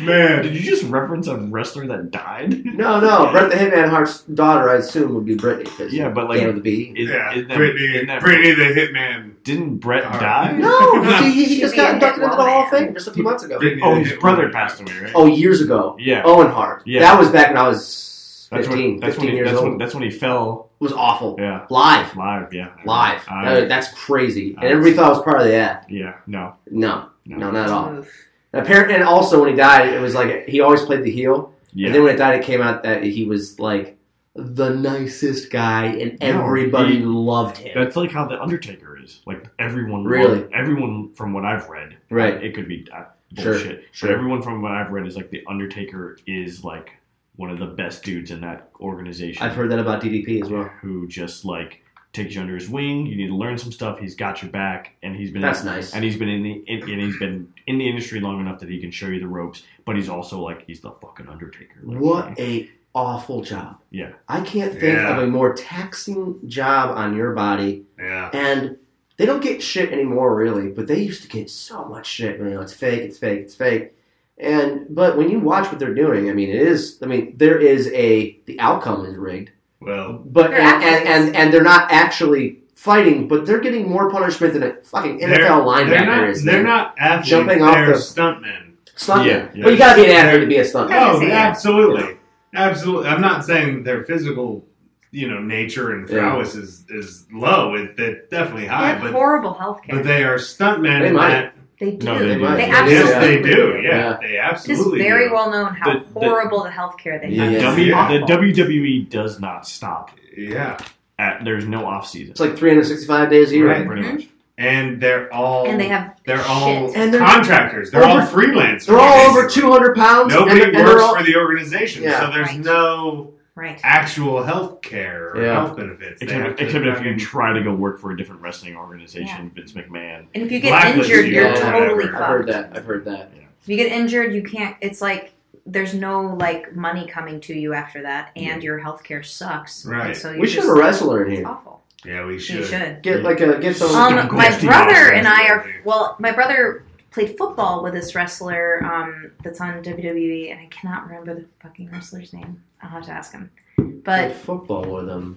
Man, you just reference a wrestler that died? No, no, Brett the Hitman Hart's daughter, I assume, would be Brittany. 'cause Yeah, but, like- Dan with the B. Is, yeah, isn't that- Brittany, isn't that- Brittany the Hitman. Didn't Brett All right. die? No, he, he- he Should just be got a inducted into the Hitman. Hall of Fame just a few months ago. Brittany Oh, the his Hitman. brother passed away, right? Oh, years ago. Yeah. Owen Hart. Yeah. That was back when I was that's when 15, that's 15 when he, years that's old. when that's when he fell. it was awful. Yeah, Live. live. Yeah, Live. Uh, That- that's crazy. uh, and everybody thought it was part of the ad. yeah, no, No, no, no, not at all. And apparently, and also when he died, it was like he always played the heel. Yeah, And then when it died, it came out that he was like the nicest guy, and No, everybody he- loved him. that's like how the Undertaker is. Like everyone, Really? everyone from what I've read, Right. It could be uh, Sure, bullshit, but sure. everyone from what I've read is like the Undertaker is like one of the best dudes in that organization. I've heard that about DDP as well. who just like takes you under his wing. You need to learn some stuff. He's got your back, and he's been That's nice. and he's been in the in, and he's been in the industry long enough that he can show you the ropes. But he's also like he's the fucking Undertaker. Like, What a awful job. Yeah. I can't think Yeah. of a more taxing job on your body. Yeah. And they don't get shit anymore, really, but they used to get so much shit. You know, it's fake, it's fake, it's fake. And but when you watch what they're doing, I mean, it is. I mean, there is a the outcome is rigged, Well, but They're and, and, athletes. and and they're not actually fighting, but they're getting more punishment than a fucking NFL they're, linebacker they're not, is. They're not athletes. Jumping Jumping off off they're the- stuntmen. stuntmen. Yeah, yeah. But you gotta be an athlete to be a stuntman. Yeah. Oh, absolutely, absolutely. I'm not saying their physical, you know, nature and Yeah. prowess is is low. It, it's definitely They high, have Uh, but horrible health care. but they are stuntmen. They might. that- They do. No, they do. They absolutely yes, they do. Yeah, Yeah. they It is absolutely. very do. well known how The- the- horrible the health care they The, have. Yeah. W, Yeah. the WWE does not stop. Yeah, At, there's no off season. It's like Mhm. 365 days a year. Right. pretty much. and they're all And they have they're all shit. And they're- contractors. They're all Over- freelancers. They're all over basically. 200 pounds. Nobody and, and they're works all- for the organization, Yeah. so there's Right. no right. actual health care or Yeah. health benefits. They have Except, to except if you fucking- try to go work for a different wrestling organization, Vince McMahon. And if you get Blacklist injured, you you're or totally whatever. I've heard fucked. that. I've heard that. If you get injured, you can't. It's like there's no like money coming to you after that, and your health care sucks. And Right. so We you're should just, have a wrestler in It's here. awful. yeah, we You should. Get like a get some. Um, Stone Cold my Steve brother Austin. and I are. Well, my brother played football with this wrestler um, that's on WWE, and I cannot remember the fucking wrestler's name. I'll have to ask him. play But football with them.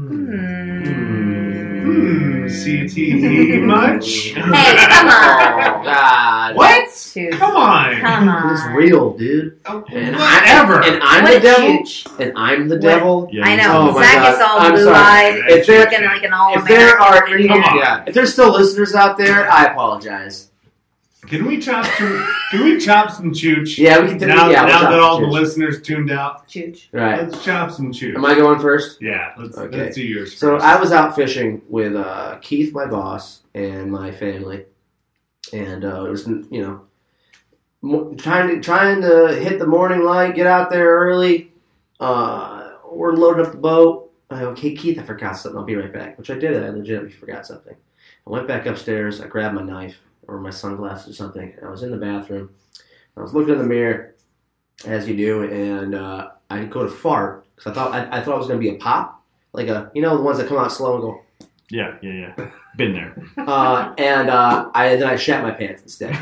Hmm, E. hmm. <laughs> <laughs> CTE much? Hey, come on. Oh God! <laughs> What? Dude, Come on. come on. It's real, dude. And Whatever. I, and I'm What the devil. huge- And I'm the What? devil. Yeah, I he's- Oh know. my Zach God. is all I'm blue sorry. eyed. If It's there- looking like an all If there are any, Come on. yeah, if there's still listeners out there, I apologize. Can we chop some? Can we chop some chooch? Yeah, we can. Now, yeah, we'll now talk that to all the Chooch. listeners tuned out, Huge. Right. let's chop some chooch. Am I going first? yeah, let's, Okay. let's do yours. So first. I was out fishing with uh, Keith, my boss, and my family, and uh, it was you know mo- trying to trying to hit the morning light, get out there early. Uh, we're loading up the boat. I, uh, okay, Keith, I forgot something. I'll be right back. Which I did. I legitimately forgot something. I went back upstairs. I grabbed my knife or my sunglasses or something. I was in the bathroom. I was looking in the mirror, as you do, and uh, I go to fart because I thought I, I thought it was going to be a pop like a you know the ones that come out slow and go Yeah, yeah, yeah. Been there. <laughs> Uh, and uh, I then I shat my pants instead. and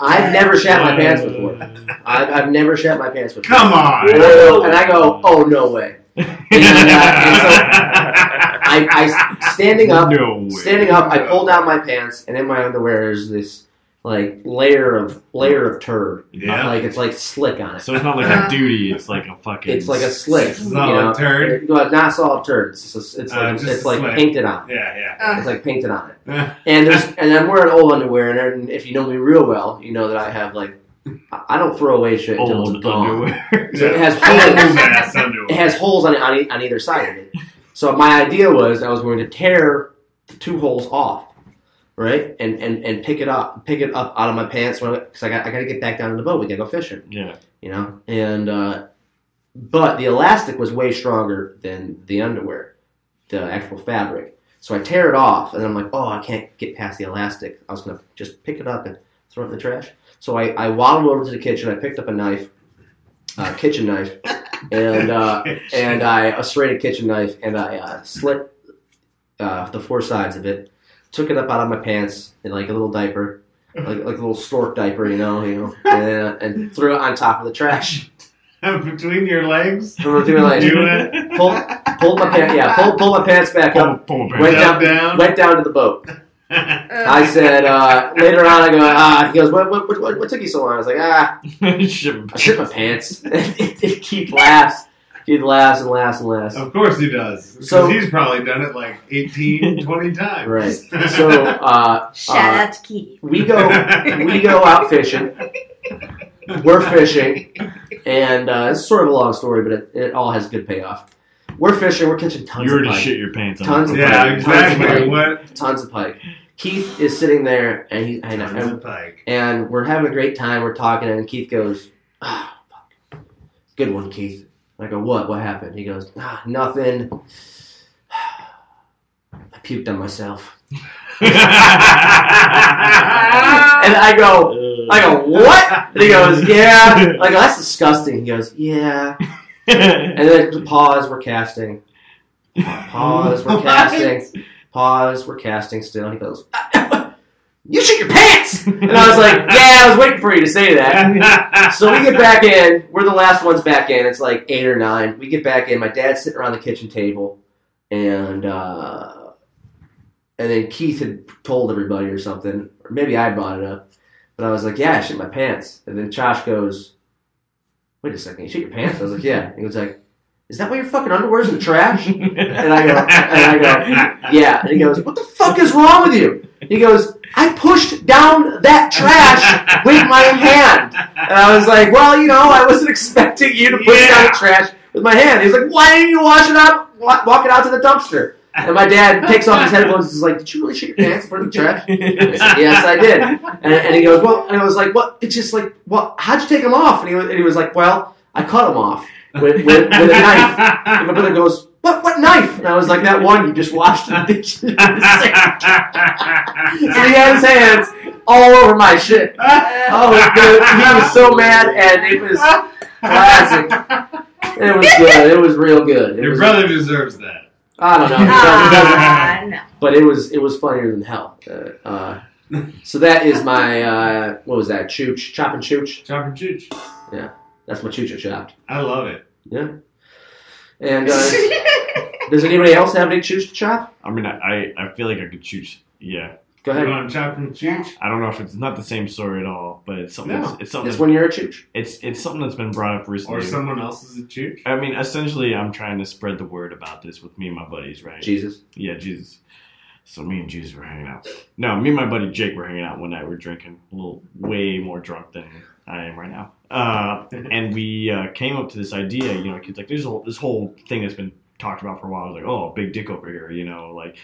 I've never shat <laughs> my pants before. I've, I've never shat my pants <laughs> before. Come on. And I go, oh no way! <laughs> I, I standing up, no way. standing up, I pull down my pants, and in my underwear is this like layer of layer of turd. Yeah. Like it's like slick on it. So it's not like a duty. It's like a fucking. it's like a slick. It's you not know? a turd. It- well, not solid turd. It's, just, it's Uh, like just it's like slick. painted on. Yeah, Uh, It's like painted on it. yeah. And <laughs> there's and I'm wearing old underwear. And if you know me real well, you know that I have like I I don't throw away shit until Old it's gone. <laughs> underwear. So it has Old holes. ass underwear. it has holes on on, e- on either side of it. So my idea was I was going to tear the two holes off, right, and and, and pick it up, pick it up out of my pants because I got I got to get back down to the boat. We got to go fishing, Yeah. you know. And uh, but the elastic was way stronger than the underwear, the actual fabric. So I tear it off, and I'm like, oh, I can't get past the elastic. I was gonna just pick it up and throw it in the trash. So I, I waddled over to the kitchen. I picked up a knife, uh, kitchen knife, and uh, and I a serrated kitchen knife, and I uh, slit uh, the four sides of it. Took it up out of my pants in like a little diaper, like like a little stork diaper, you know, you know, and, and threw it on top of the trash. Between your legs. Threw it through my legs. Doing it. Pulled, pulled my pants, yeah, pulled, pulled my pants back Pull, up. pull back. Went down, Down, down. went down to the boat. Yeah. I said uh, later on, I go, ah, he goes, what, what, what, what took you so long? I was like, ah, <laughs> Shit. I shit my pants. <laughs> Keith laughs. Keith laughs and laughs and laughs. <laughs> Of course he does. Because So- he's probably done it like <laughs> 18, 20 times. <laughs> Right. So uh, Shout out to Keith. we go we go out fishing. We're fishing, and uh, it's sort of a long story, but it, it all has good payoff. We're fishing. We're catching tons You were of to pike. shit your pants on. Tons of yeah, <laughs> Tons of exactly. pike. What? Tons of pike. Keith is sitting there, and he and, Tons and, of pike. and we're having a great time. We're talking, and Keith goes, "Ah, fuck. good one, Keith." I go, "What? What happened?" He goes, "Ah, nothing." I puked on myself. and I go, I go, what? And he goes, yeah. I go, that's disgusting. He goes, yeah. And then the pause, we're casting. <laughs> Pause, <laughs> we're casting. Pause, we're casting still. He goes, <laughs> you shit your pants. And I was <laughs> like, yeah, I was waiting for you to say that. So we get <laughs> back in. We're the last ones back in. It's like eight or nine. We get back in. My dad's sitting around the kitchen table, and uh, and then Keith had told everybody or something, or maybe I brought it up. But I was like, "Yeah, I shit my pants." And then Josh goes, "Wait a second, you shit your pants?" I was like, "Yeah." And he was like, "Is that why your fucking underwear's in the trash?" And I go, and I go, "Yeah." And he goes, "What the fuck is wrong with you?" He goes, "I pushed down that trash with my hand." And I was like, well, you know, I wasn't expecting you to push down the trash with my hand. He's like, why didn't you wash it up? Wa- Walk it out to the dumpster. And my dad takes off his headphones and is like, did you really shit your pants in front of the trash? I said, yes, I did. And, and he goes, well, and I was like, what? It's just like, well, how'd you take them off? And he was, and he was like, well, I cut them off with, with, with a <laughs> knife. <laughs> And my brother goes, what, what knife? And I was like, that one you just washed in the ditch. so he had his hands all over my shit. Oh, it was good. He was <laughs> so mad, and it was classic. It was good. It was real good. It Your was- brother deserves that. I <laughs> Oh. don't know, It doesn't- Ah, no. but it was it was funnier than hell. Uh, uh, so that is my uh, what was that? Chooch, chop and chooch. Chop and chooch. That's my chooch and chopped. I love it. And uh, <laughs> <laughs> does anybody else have any chooch to chop? I mean, I, I feel like I could choose. Yeah, Go You ahead. want chop and chooch? I don't know if it's not the same story at all, but it's something. No. That's, it's something. It's That's, when you're a chooch. it's it's something that's been brought up recently. Or someone else's a chooch? <laughs> <laughs> I mean, essentially, I'm trying to spread the word about this with me and my buddies, right? Jesus. Yeah, Jesus. So me and Jesus were hanging out. No, me and my buddy Jake were hanging out one night. We are drinking a little, way more drunk than I am right now. Uh, and we uh, came up to this idea. You know, it's like there's a whole, this whole thing that's been talked about for a while. It's like, oh, big dick over here. You know, like,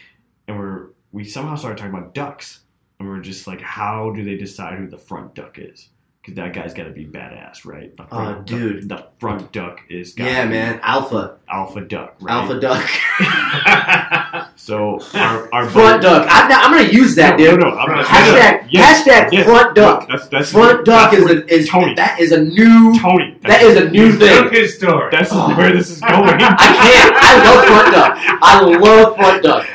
and we're we somehow started talking about ducks, and we are just like, how do they decide who the front duck is? Because that guy's got to be badass, right? The front duck- Oh, dude. the front duck is gotta Yeah, be man. Alpha, alpha duck, right? alpha duck. so So our, our Front duck. I'm, not, I'm gonna use that, No, dude. no, no, I'm not- Hashtag- Yes, hashtag yes. front duck. That's that's Front duck that's is where- a, is Tony. that is a new. Tony. That is a new thing. His story. <laughs> That's where this is going. <laughs> I can't. I love front duck. I love front duck.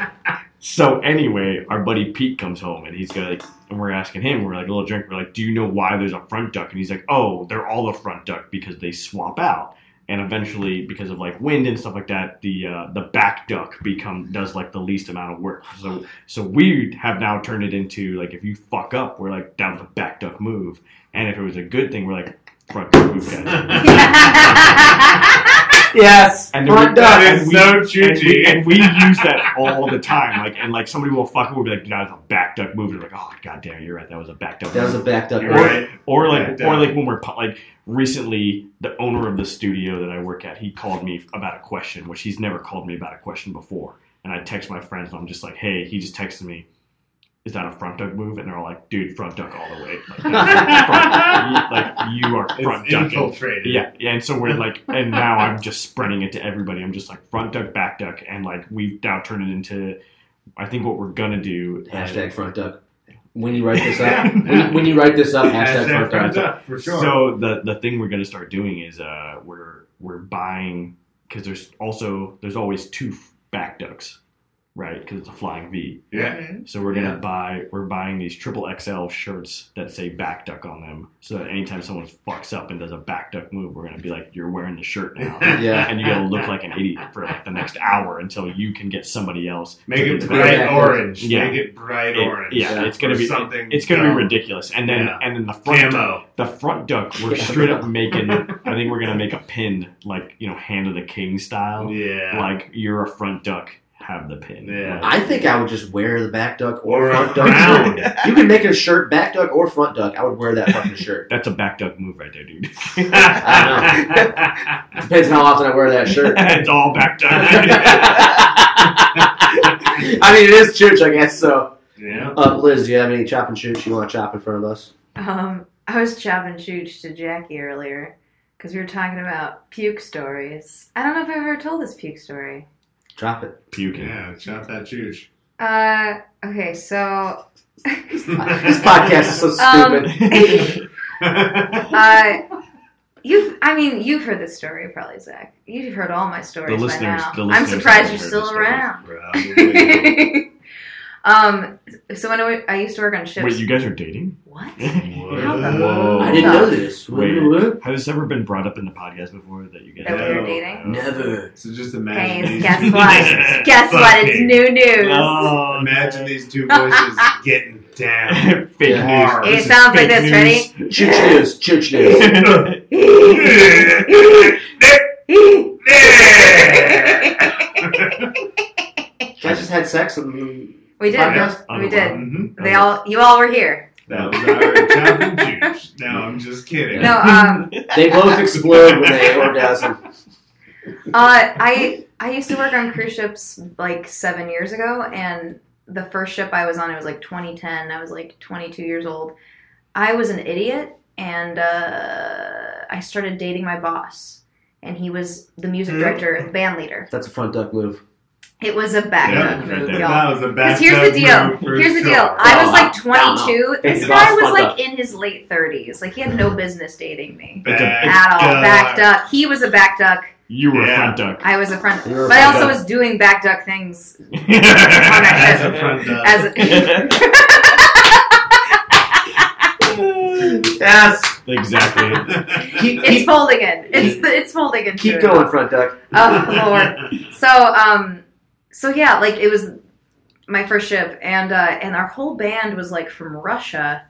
So anyway, our buddy Pete comes home and he's got like, and we're asking him, we're like a little drink, we're like, do you know why there's a front duck? And he's like, oh, they're all a front duck because they swap out, and eventually because of like wind and stuff like that, the uh, the back duck become does like the least amount of work. So so we have now turned it into like if you fuck up, we're like that was a back duck move, and if it was a good thing, we're like front duck move guys. Yes. And then front we- duck. That is so and we, chichi. and we use that all the time. Like, and like somebody will fuck. We'll be like, "No, it's a back duck move." They're like, "Oh, god damn, you're right. That was a back duck." That was a move." back duck. <laughs> or, Right. or like, Back or duck. like when we're pu- like recently, the owner of the studio that I work at, he called me about a question, which he's never called me about a question before. And I text my friends, and I'm just like, "Hey," he just texted me. Is that a front duck move? And they're all like, "Dude, front duck all the way!" Like, that's front- like you are front It's ducking. infiltrated. Yeah, yeah, and so we're like, <laughs> and now I'm just spreading it to everybody. I'm just like front duck, back duck, and like we've now turned it into. I think what we're gonna do. uh, Hashtag front duck. When you write <laughs> this up, when, when you write this up, hashtag, Hashtag front duck. front duck, for sure. So the the thing we're gonna start doing is uh we're we're buying because there's also there's always two f- back ducks, right? Because it's a flying V. yeah. So we're gonna Yeah. buy we're buying these triple XL shirts that say back duck on them, so that anytime someone fucks up and does a back duck move, we're gonna be like, you're wearing the shirt <laughs> now. Yeah. and you gotta look like an idiot for like the next hour until you can get somebody else. Make to- it to- bright Yeah. orange. Yeah. Make it bright it- orange. yeah, it's gonna Or be something. it's gonna dumb. be ridiculous. And then Yeah. and then the front duck, Camo. the front duck, <laughs> we're straight up making. I think we're gonna make a pin like you know hand of the king style. Yeah. Like you're a front duck, have the pin. Yeah. I think I would just wear the back duck or, Or a front duck. <laughs> crown. shirt. You can make a shirt back duck or front duck. I would wear that fucking shirt. That's a back duck move right there, <laughs> dude. I <laughs> Depends how often I wear that shirt. <laughs> it's all back duck. I mean, it is church, I guess. So, <laughs> yeah. uh, Liz, do you have any chop and shoots you want to chop in front of us? Um, I was chopping chooch to Jackie earlier because we were talking about puke stories. I don't know if I've ever told this puke story. Chop it. Puking. Yeah. Chop that chooch. Uh, okay, so <laughs> This podcast <laughs> is so Um, stupid. uh, you've I mean you've heard this story probably, Zach. You've heard all my stories The by listeners- now. the I'm listeners surprised you're still haven't heard this story. around. Probably. <laughs> um, so when I, I used to work on ships, Wait, you guys are dating? what? How the Whoa. I didn't know this. Wait. Has this ever been brought up in the podcast before that you guys That we were dating? Never. So just imagine. Guys, these- <laughs> guess what? guess what? It's Fucking- new news. Oh, Imagine these <laughs> two voices getting down. <laughs> fake news. Hard. It sounds like this. Ready? Church news. Church <laughs> news. <laughs> Mm-hmm. I just had sex and we did. Podcast? We did. Mhm. They all, you all were here. That was our chop and chooch. No, I'm just kidding. No, um, they both explode when they orgasm. uh, I I used to work on cruise ships like seven years ago, and the first ship I was on, it was like 2010. I was like 22 years old. I was an idiot, and uh, I started dating my boss, and he was the music director, the band leader. That's a front duck move. It was a back Yeah, move, right there. y'all. That was a Because bad here's the move deal. for Here's the sure. deal. I was like No, no, no. 22. This It's guy not was fun like in his late 30s. Like he had no business dating me Back at all. uh, up. Back duck. He was a back duck. You were Yeah. front <laughs> duck. I was a front, You were a but I front also duck. was doing back duck things That's a front Uh, duck. <laughs> as a, Yes. exactly. <laughs> Keep <laughs> it's keep, folding in. It's the, it's folding in. keep going, front duck. Oh lord. So um, so yeah, like it was my first ship, and uh, and our whole band was like from Russia,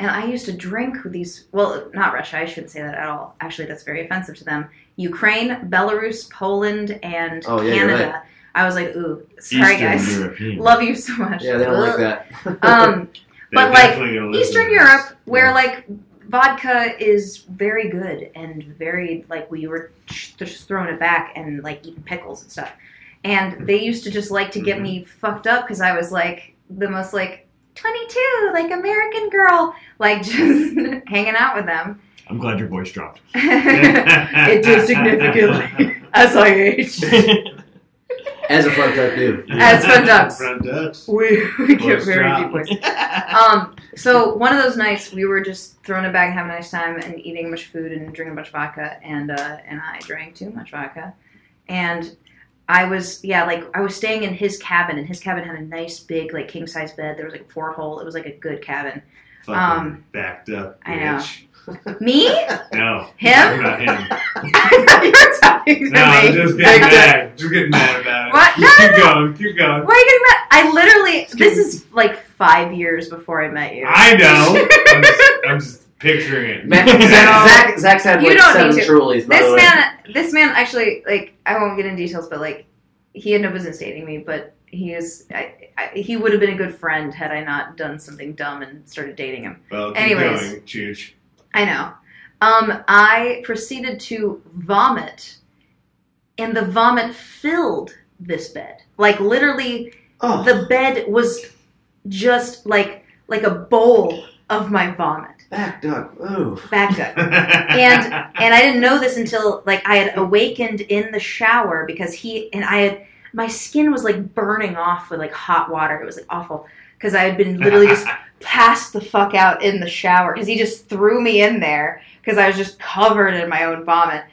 and I used to drink with these. Well, not Russia. I shouldn't say that at all. Actually, that's very offensive to them. Ukraine, Belarus, Poland, and Oh, yeah, you're Canada. I was like, ooh, <laughs> sorry Eastern guys, <laughs> European. love you so much. Yeah, they don't like that. <laughs> Um, They're But, like, definitely gonna listen Eastern to this. Europe, <laughs> where like vodka is very good and very like we were just throwing it back and like eating pickles and stuff. And they used to just like to get me fucked up because I was like the most like 22, like American girl, like <laughs> just hanging out with them. <laughs> I'm glad your <laughs> voice dropped. it did significantly as I aged. As a front duck do. As front ducks. Front ducks. We, <laughs> we get Close very job. deep <laughs> ways. Um, so one of those nights we were just throwing it back, having a nice time, and eating a bunch of food and drinking a bunch of vodka, and uh, and I drank too much vodka, and I was yeah like I was staying in his cabin, and his cabin had a nice big like king size bed. There was like a four hole. It was like a good <laughs> cabin. Fucking Um, backed up. I know. bitch. Me? <laughs> No. Him? Not <laughs> him. You're talking to No, I'm me. just Big getting mad. Just getting mad about it. What? Keep, No, no, keep no. going. Keep going. Why are you getting mad? I literally this is like five years before I met you. I know. I'm just, <laughs> I'm just picturing it. Matt, Zach, Zach, Zach's had You like don't seven need to. trulies, by the this way. man this man actually like i won't get into details but like he had no business dating me but he is I, I, he would have been a good friend had i not done something dumb and started dating him <laughs> Well, keep Anyways. going, Chooch. i know um, i proceeded to vomit and the vomit filled this bed like literally oh, the bed was just like like a bowl of my vomit back duck. Ooh. Oh. back up and <laughs> and I didn't know this until like I had awakened in the shower because he and I had my skin was like burning off with like hot water. It was like awful because I had been literally just passed the fuck out in the shower because he just threw me in there because I was just covered in my own vomit.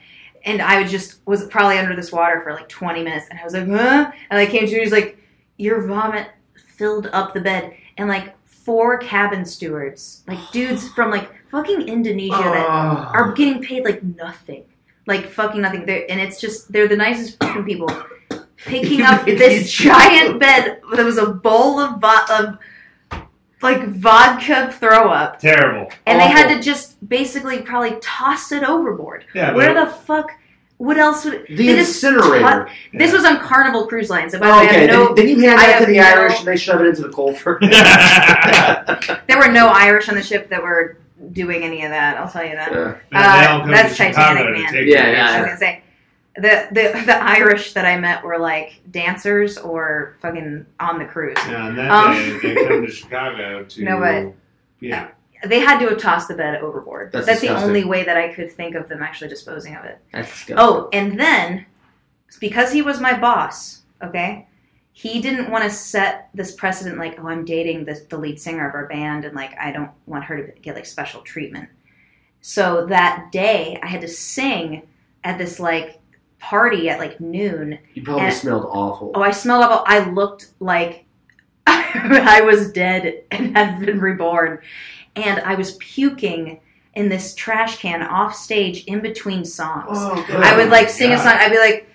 And I was just was probably under this water for like 20 minutes, and I was like, huh? And I came to, and he's like, your vomit filled up the bed, and like four cabin stewards, <sighs> like dudes from like fucking Indonesia that Oh. are getting paid like nothing, like fucking nothing. They're, and it's just they're the nicest fucking people. Picking <laughs> up These this people. giant bed that was a bowl of vo- of like vodka throw up, <laughs> Terrible. and they had Awful. to just basically probably toss it overboard. Yeah, Where but- the fuck? What else would The they just incinerator. tot- this Yeah. was on Carnival Cruise Line, so by the Oh, way, I okay. have no, then, then you hand I that to have the no- Irish and they shove it into the <laughs> <laughs> culvert. <laughs> there were no Irish on the ship that were doing any of that. I'll tell you that. Yeah. Now they all come Uh, that's to Chicago Titanic, to man. take Yeah, the yeah, I picture. was gonna say the the the Irish that I met were like dancers or fucking on the cruise. Yeah, and that Um, day they come to Chicago to. No way. Yeah. They had to have tossed the bed overboard. That's That's, the disgusting. only way that I could think of them actually disposing of it. That's disgusting. Oh, and then because he was my boss, okay, he didn't want to set this precedent like, oh, I'm dating the, the lead singer of our band, and like I don't want her to get like special treatment. So that day, I had to sing at this like party at like noon, you probably and- smelled awful. <laughs> Oh, I smelled awful. I looked like <laughs> I was dead and had been reborn. And I was puking in this trash can off stage in between songs. Oh, God. I would like sing a God. song. I'd be like,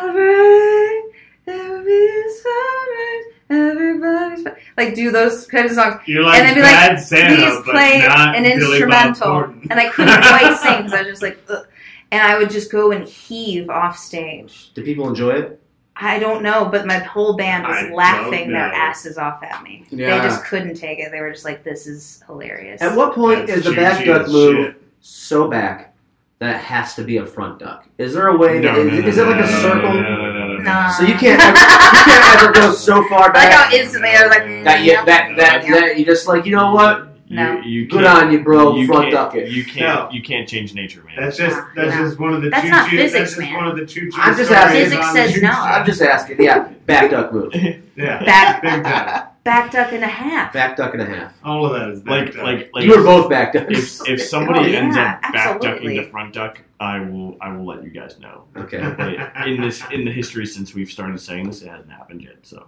celebrate, it'll be so nice, everybody's fine." like do those kinds of songs. You're like and I'd be bad like, Santa, please but play not an Billy Bob instrumental. Thornton. And I <laughs> couldn't quite sing because I was just like, Ugh. and I would just go and heave off stage. Did people enjoy it? I don't know, but my whole band was I don't laughing their know. asses off at me. Yeah. They just couldn't take it. They were just like, "This is hilarious." At what point That's is the GG back duck as move shit. so back that it has to be a front duck? Is there a way? No, that, no, no, is no, it like no, a no, circle? No, no, no, no, no. Nah. So you can't ever, you can't ever go so far Like back how instantly <laughs> I was like, mm, that you that that, that, Yeah. you just like you know what? You, No. you Good can't- on you, bro. You front can't, duck it. You No. can't. You can't change nature, man. <laughs> That's just that's Yeah. just one of the That's choo not choo. physics, that's man. just one of the choo choo. I'm just asking- Physics says no. I'm just asking. Yeah, back duck <laughs> move. Yeah, Back- big time. back duck and a half. Back duck and a half. All of that is back like, time. like, like. you were both back ducks. If, if <laughs> somebody Oh, yeah, ends up back ducking absolutely. the front duck, I will. I will let you guys know. Okay. <laughs> But in this, in the history since we've started saying this, it hasn't happened yet. So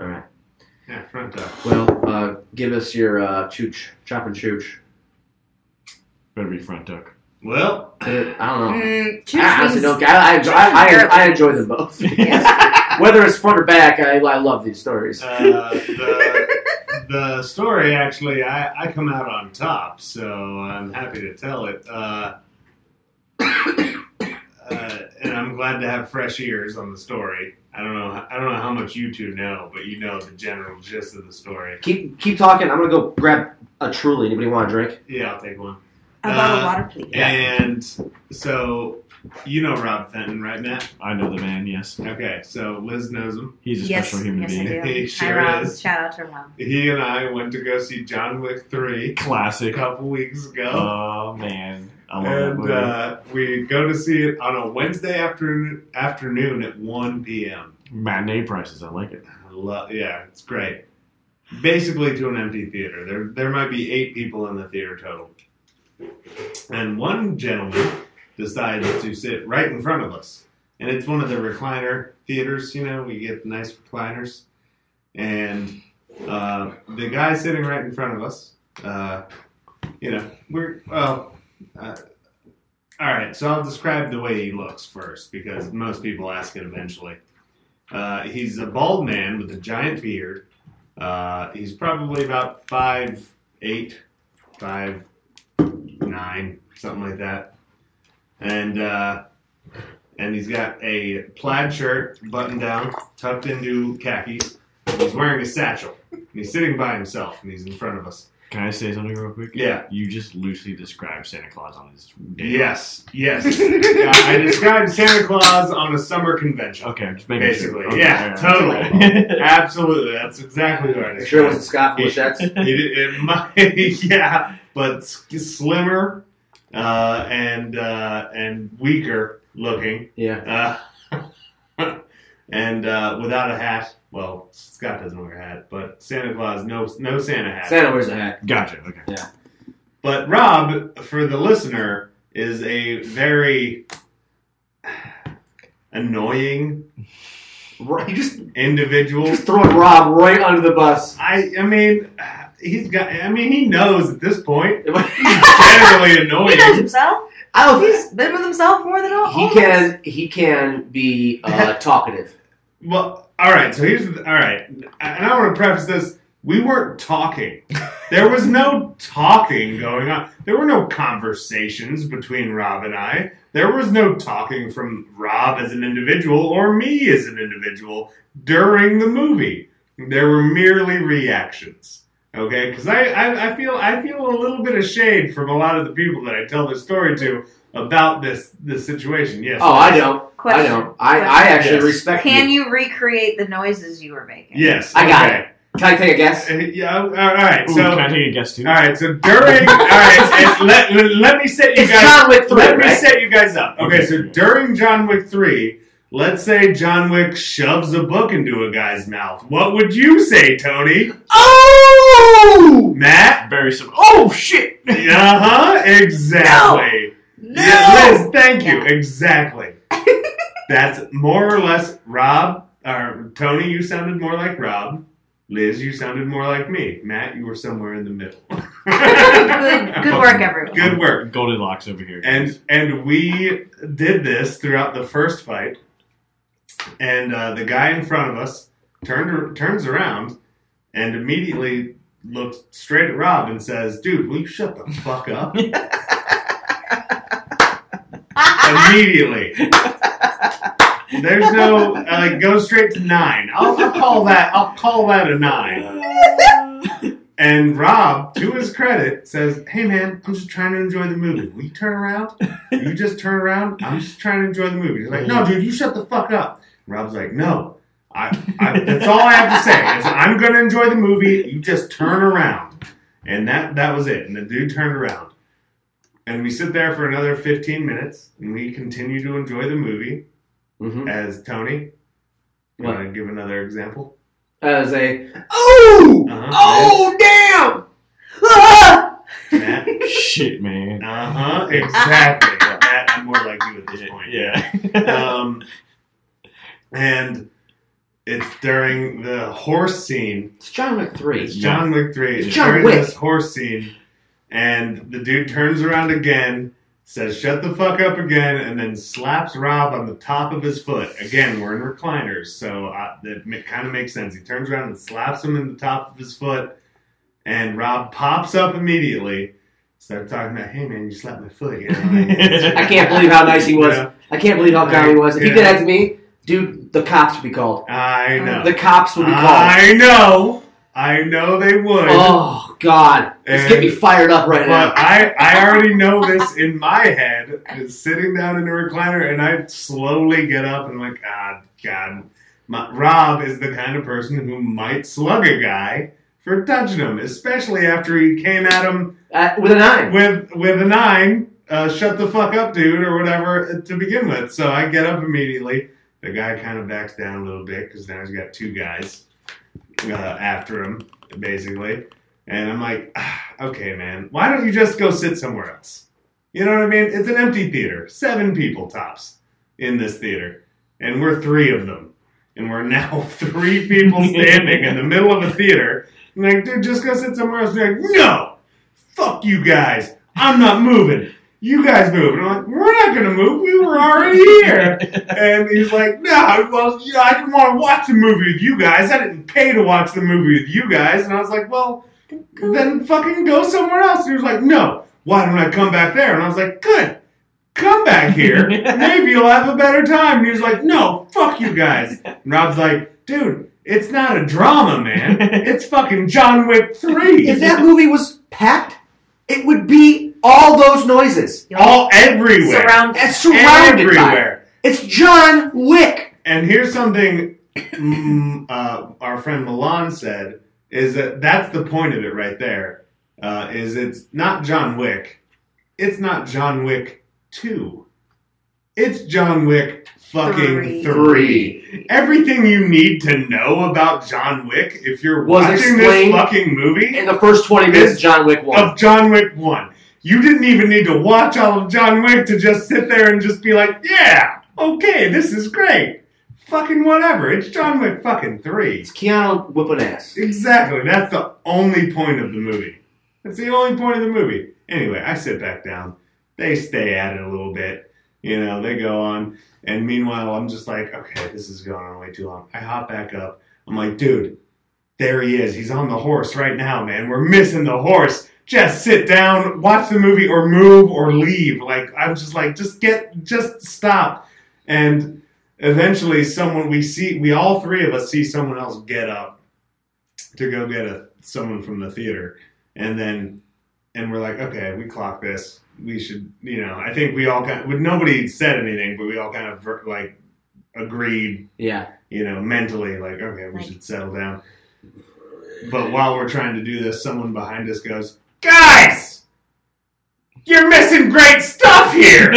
All right. yeah, front duck. Well, uh, give us your uh, chooch, chop and chooch. better be front duck. Well, I don't know. Mm, two Ah, I honestly things. <laughs> don't. I, I, enjoy- I, I, I enjoy them <laughs> both. Whether it's front or back, I, I love these stories. uh, the the story actually, I I come out on top, so I'm happy to tell it. Uh, <coughs> uh, and I'm glad to have fresh ears on the story. I don't know. I don't know how much you two know, but you know the general gist of the story. Keep keep talking. I'm gonna go grab a truly. Anybody want a drink? Yeah, I'll take one. How About Uh, a water, please. And so, you know Rob Fenton, right, Matt? <laughs> I know the man. Yes, Okay, so Liz knows him. he's a yes, special human yes, being. I do. He Hi, sure Rob. is. Shout out to Rob. He and I went to go see John Wick 3 a <laughs> Classic. couple weeks ago. Oh man, I love that and movie. uh, we go to see it on a Wednesday afternoon, afternoon at 1 p.m. matinee prices. I like it. I love, yeah, it's great. Basically, to an empty theater. There, there might be eight people in the theater total, and one gentleman decides to sit right in front of us. And it's one of the recliner theaters. You know, we get nice recliners, and uh, the guy sitting right in front of us. Uh, you know, we're well. Uh, all right, so I'll describe the way he looks first because most people ask it eventually. Uh, he's a bald man with a giant beard. Uh, he's probably about five eight, five nine, something like that. And uh, and he's got a plaid shirt buttoned down, tucked into khakis. He's wearing a satchel. And he's sitting by himself, and he's in front of us. Can I say something real quick? Yeah. You just loosely described Santa Claus on his day. Yes, yes. Yeah, I described Santa Claus on a summer convention. Okay, I'm just making Basically, sure. Okay, yeah, all totally. Absolutely, that's exactly what I You sure it described. wasn't Scott <laughs> Blachette's? it, it might, yeah, but s- slimmer uh, and uh, and weaker looking, Yeah. uh, <laughs> and uh, without a hat. Well, Scott doesn't wear a hat, but Santa Claus no no Santa hat. Santa wears a hat. <laughs> Gotcha. Okay. But Rob, for the listener, is a very annoying Ro- You just, individual. just throwing Rob right under the bus. I I mean, he's got. I mean, he knows at this point. <laughs> <laughs> Generally He knows annoying. himself. Alf, He's been with himself more than all. all he of us. can he can be <laughs> uh, talkative. Well, all right. So here's the, all right, and I want to preface this. We <laughs> weren't talking. There was no talking going on. There were no conversations between Rob and I. There was no talking from Rob as an individual or me as an individual during the movie. There were merely reactions. Okay, because I, I, I feel I feel a little bit of shade from a lot of the people that I tell this story to about this this situation. Yes. Oh, I don't. I Question. don't. I, I actually Yes. respect Can you. you recreate the noises you were making? Yes. I got okay. it. Can I take a guess? Uh, Yeah. All right. Ooh, so, can I all take a guess too? right. So during, all <laughs> right. it's- let, let me set you It's guys. John Wick 3, let me right? set you guys up. Okay. Okay. So during John Wick three, let's say John Wick shoves a book into a guy's mouth. What would you say, Tony? Oh! Matt? <laughs> Very simple. Oh shit! Uh huh. Exactly. No. Yeah, Liz. Thank you. Exactly. That's more or less Rob or Tony. You sounded more like Rob. Liz, you sounded more like me. Matt, you were somewhere in the middle. <laughs> good, good work, everyone. Good work. Goldilocks over here. and and we did this throughout the first fight and uh, the guy in front of us turned turns around and immediately looks straight at rob and says dude will you shut the fuck up immediately there's no uh, like go straight to nine I'll, I'll call that i'll call that a nine and rob to his credit says hey man i'm just trying to enjoy the movie will you turn around you just turn around i'm just trying to enjoy the movie he's like no dude you shut the fuck up rob's like no I, I that's all i have to say is i'm going to enjoy the movie you just turn around and that that was it and the dude turned around and we sit there for another 15 minutes and we continue to enjoy the movie Mm-hmm. as Tony. You want to give another example? As a oh Uh-huh. oh damn. Ah! <laughs> Matt? <laughs> shit, man. uh huh, exactly. Matt, I'm more like you at this point. Yeah. Um, and it's during the horse scene. It's John Wick It's three. John Wick 3. It's It's John during Wick. this horse scene. And the dude turns around again, says, shut the fuck up again, and then slaps Rob on the top of his foot. Again, we're in recliners, so uh, that kind of makes sense. He turns around and slaps him in the top of his foot, and Rob pops up immediately. Starts talking about, hey man, you slapped my <laughs> foot again. I can't believe how nice he was. Yeah, I can't believe how kind he was. If he Yeah. did that to me, dude, the cops would be called. I know. The cops would be called. I know. I know they would. Oh God, it's getting me And- fired up right now. But I, I already know this in my head. is Sitting down in a recliner, and I slowly get up and like, ah, God, my, Rob is the kind of person who might slug a guy for touching him, especially after he came at him Uh, with an eye. with with a uh, nine, uh, shut the fuck up, dude, or whatever to begin with. So I get up immediately, The guy kind of backs down a little bit because now he's got two guys uh, after him, basically. And I'm like, "Ah, okay, man, why don't you just go sit somewhere else? You know what I mean? It's an empty theater, seven people tops in this theater, and we're three of them. And we're now <laughs> three people standing in the middle of a theater. And like, dude, just go sit somewhere else. They're like, no, fuck you guys. I'm not moving. You guys move. And I'm like, we're not going to move. We were already here. And he's like, no, well, yeah, I didn't want to watch the movie with you guys. I didn't pay to watch the movie with you guys. And I was like, well, then fucking go somewhere else. And he was like, no, why don't I come back there? And I was like, good, come back here. Maybe you'll have a better time. And he was like, no, fuck you guys. And Rob's like, dude, it's not a drama, man. It's fucking John Wick 3. If <laughs> that movie was packed, it would be all those noises. all everywhere. Surround. It's surrounded by it. everywhere. It's John Wick. And here's something mm, uh, our friend Milan said is that that's the point of it right there. Uh, is it's not John Wick. It's not John Wick 2. It's John Wick fucking Three. 3. Everything you need to know about John Wick if you're Was watching this explained fucking movie In the first 20 minutes, It's- John Wick won. of John Wick 1. You didn't even need to watch all of John Wick to just sit there and just be like, yeah, okay, this is great. Fucking whatever. It's John Wick fucking 3. It's Keanu whipping ass. Exactly. That's the only point of the movie. That's the only point of the movie. Anyway, I sit back down. They stay at it a little bit. You know, they go on. And meanwhile, I'm just like, okay, this is going on way too long. I hop back up. I'm like, dude, there he is. He's on the horse right now, man. We're missing the horse. Just sit down, watch the movie, or move, or leave. Like, I'm just like, just get, just stop. And eventually, someone we see, we all three of us see someone else get up to go get a, someone from the theater, and then and we're like, okay, we clock this. We should, you know, I think we all kind. Of, nobody said anything, but we all kind of ver- like agreed, Yeah. you know, mentally, like, okay, we should settle down. But while we're trying to do this, someone behind us goes, guys, you're missing great stuff here.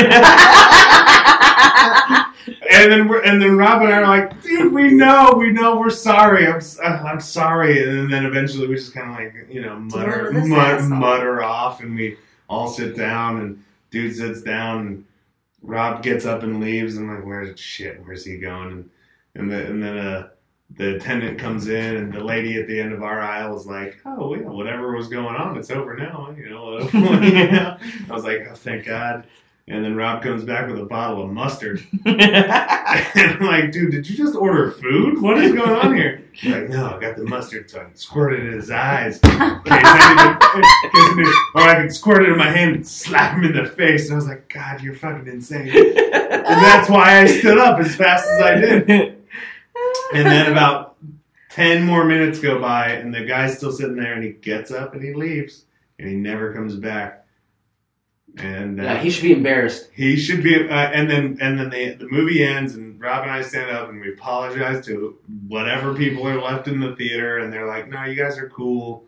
And then we're, and then Rob and I are like, dude, we know, we know, we're sorry. I'm s- uh, I'm sorry. And then eventually we just kind of like you know mutter with this mut, asshole. mutter off, and we all sit down, and dude sits down, and Rob gets up and leaves. I'm like, where's shit? Where's he going? And and, the, and then uh, the attendant comes in, and the lady at the end of our aisle is like, oh yeah, whatever was going on, it's over now. You know, <laughs> you know? I was like, oh thank God. And then Rob comes back with a bottle of mustard. <laughs> And I'm like, dude, did you just order food? What is going on here? He's like, no, I got the mustard, so I can squirt it in his eyes. In case I need to- in case I need- or I can squirt it in my hand and slap him in the face. And I was like, God, you're fucking insane. And that's why I stood up as fast as I did. And then about 10 more minutes go by, and the guy's still sitting there, and he gets up and he leaves, and he never comes back. And uh, Yeah, he should be embarrassed. he should be, uh, and then and then the the movie ends, and Rob and I stand up and we apologize to whatever people are left in the theater, and they're like, "No, you guys are cool.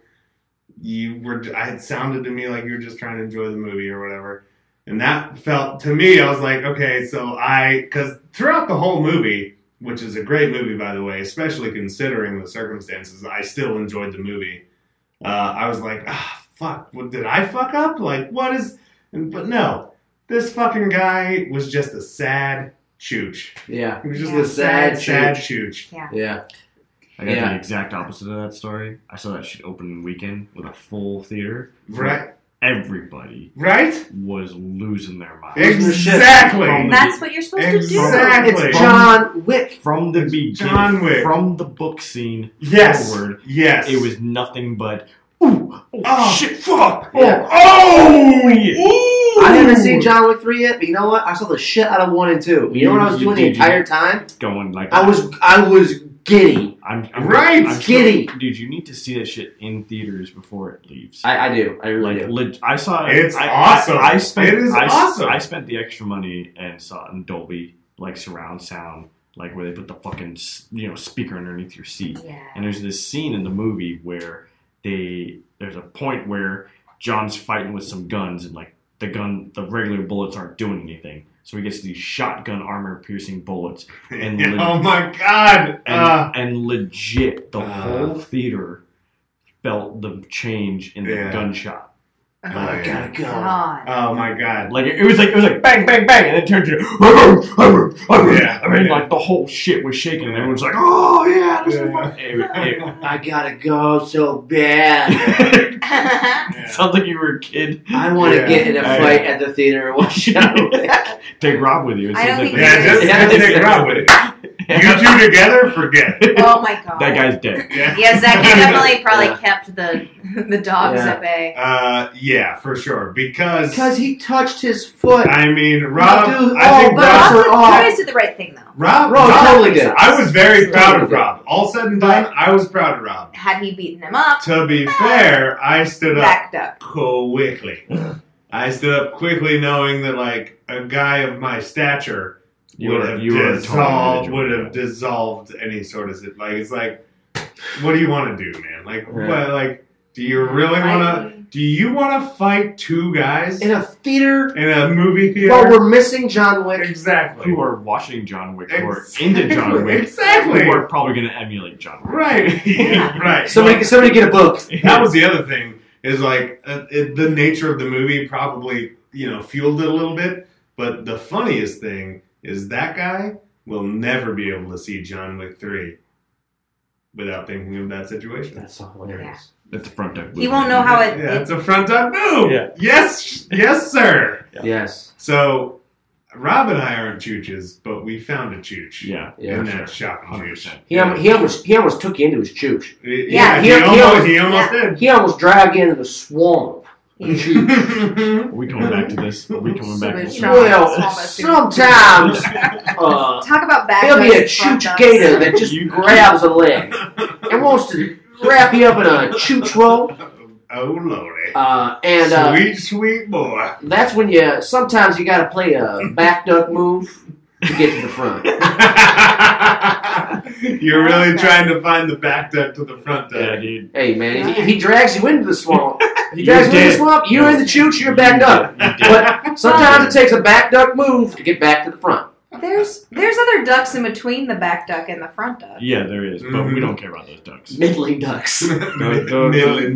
You were." I it sounded to me like you were just trying to enjoy the movie or whatever, and that felt to me. I was like, "Okay, so I," because throughout the whole movie, which is a great movie by the way, especially considering the circumstances, I still enjoyed the movie. Uh, I was like, "Ah, fuck! What, did I fuck up? Like, what is?" And, but no this fucking guy was just a sad chooch. Yeah. He was just Yeah. a sad, Sad sad chooch. Yeah. I got Yeah. the exact opposite of that story. I saw that shit opening weekend with a full theater. Right? Everybody Right? was losing their mind. Losing their shit. Exactly. That's what you're supposed to Exactly. It's John Wick. From the beginning, John Wick. from the book scene Yes. forward, Yes. it was nothing but Oh, shit. Fuck. Yeah. Oh. Oh. yeah. Ooh. I haven't seen John Wick 3 yet, but you know what? I saw the shit out of 1 and 2. You know what I was You doing the did, you- entire time? going like I was I was giddy. I'm, I'm Right, I'm giddy. sure- dude. You need to see that shit in theaters before it leaves. I, I do. I really like do. leg- I saw it. It's I, awesome. I, I spent. It is I, s- awesome. I spent the extra money and saw it in Dolby, like surround sound, like where they put the fucking s- you know speaker underneath your seat. do. Oh Yeah. And there's this scene in the movie where they there's a point where John's fighting with some guns and like the gun the regular bullets aren't doing anything. So he gets these shotgun armor piercing <laughs> bullets and Yeah, leg- oh my god! and, Ah. and legit the Ah. whole theater felt the change in the Yeah. gunshot. oh, I yeah. gotta Uh-huh. go. God. Oh my god! Like it, it was like it was like bang bang bang, and it turned to <laughs> yeah. Yeah. I mean, like the whole shit was shaking, and everyone's like, "Oh yeah, this is Yeah. fun." It- it- I gotta go so <laughs> bad. it <laughs> sounds like you were a kid. I want to Yeah. get in a I- fight <laughs> at <laughs> the theater and watch it. Take Rob with you. It I don't seems think Yeah, just, Yeah. just take Rob with it. <laughs> You that two together, forget. it. oh my god. <laughs> guy's dead. Yeah. Yeah, Zach <laughs> definitely probably Yeah. kept the <laughs> the dogs Yeah. at bay. Uh, yeah, for sure. Because Because he touched his foot. I mean, Rob. Dude, I oh, think But Rob- Rob. Rob, for all- you guys did the right thing though. Rob, Rob totally did. I was very Totally proud of did. Rob. All said and done, I was proud of Rob. Had he beaten him up, To <laughs> be fair, I stood up backed up. quickly. I stood up quickly, knowing that like a guy of my stature You would are- have you are a tall dissolved individual, would yeah. have dissolved any sort of sit- like it's like, what do you want to do, man? Like, Yeah. what, like, do you really want to? Do you want to fight two guys in a theater. in a movie theater? Well, we're missing John Wick. exactly. Who are watching John Wick who are Exactly. into John Wick <laughs> Exactly. who are probably going to emulate John Wick. Right. <laughs> Yeah. right. Somebody, somebody get a book. that was the other thing is like uh, it, the nature of the movie probably you know fueled it a little bit but the funniest thing is that guy will never be able to see john wick 3 without thinking of that situation That's so hilarious. at the front deck. He won't know how it. yeah, it it's a front up move Yeah. yes yes sir Yeah. Yes. so rob and i aren't chooches but we found a chooch Yeah, Yeah. in that shopping hundred chooch percent. He, al- he almost he almost took you into his chooch. Yeah, yeah, he, he- he almost, almost- he almost He almost dragged you into the swamp. yeah. did <laughs> Are we coming back to this? Are we coming back to this? Yeah. Well, Swamp <laughs> sometimes uh, Talk about back. there'll be a front chooch ups. gator that just You- grabs a leg <laughs> and wants to wrap you up in a chooch roll. oh lordy Uh, and uh, sweet, sweet boy. that's when you sometimes you got to play a back duck move to get to the front. You're really trying to find the back duck to the front <laughs> Yeah, duck. <laughs> dude. Hey man, if, he- if he drags you into the swamp, if he You're drags you into dead. the swamp, you're in the chooch, you're backed up. You did. But sometimes it takes a back duck move to get back to the front. There's there's other ducks in between the back duck and the front <laughs> duck. Yeah, there is, but we don't care about those <laughs> ducks. Middling ducks. Midland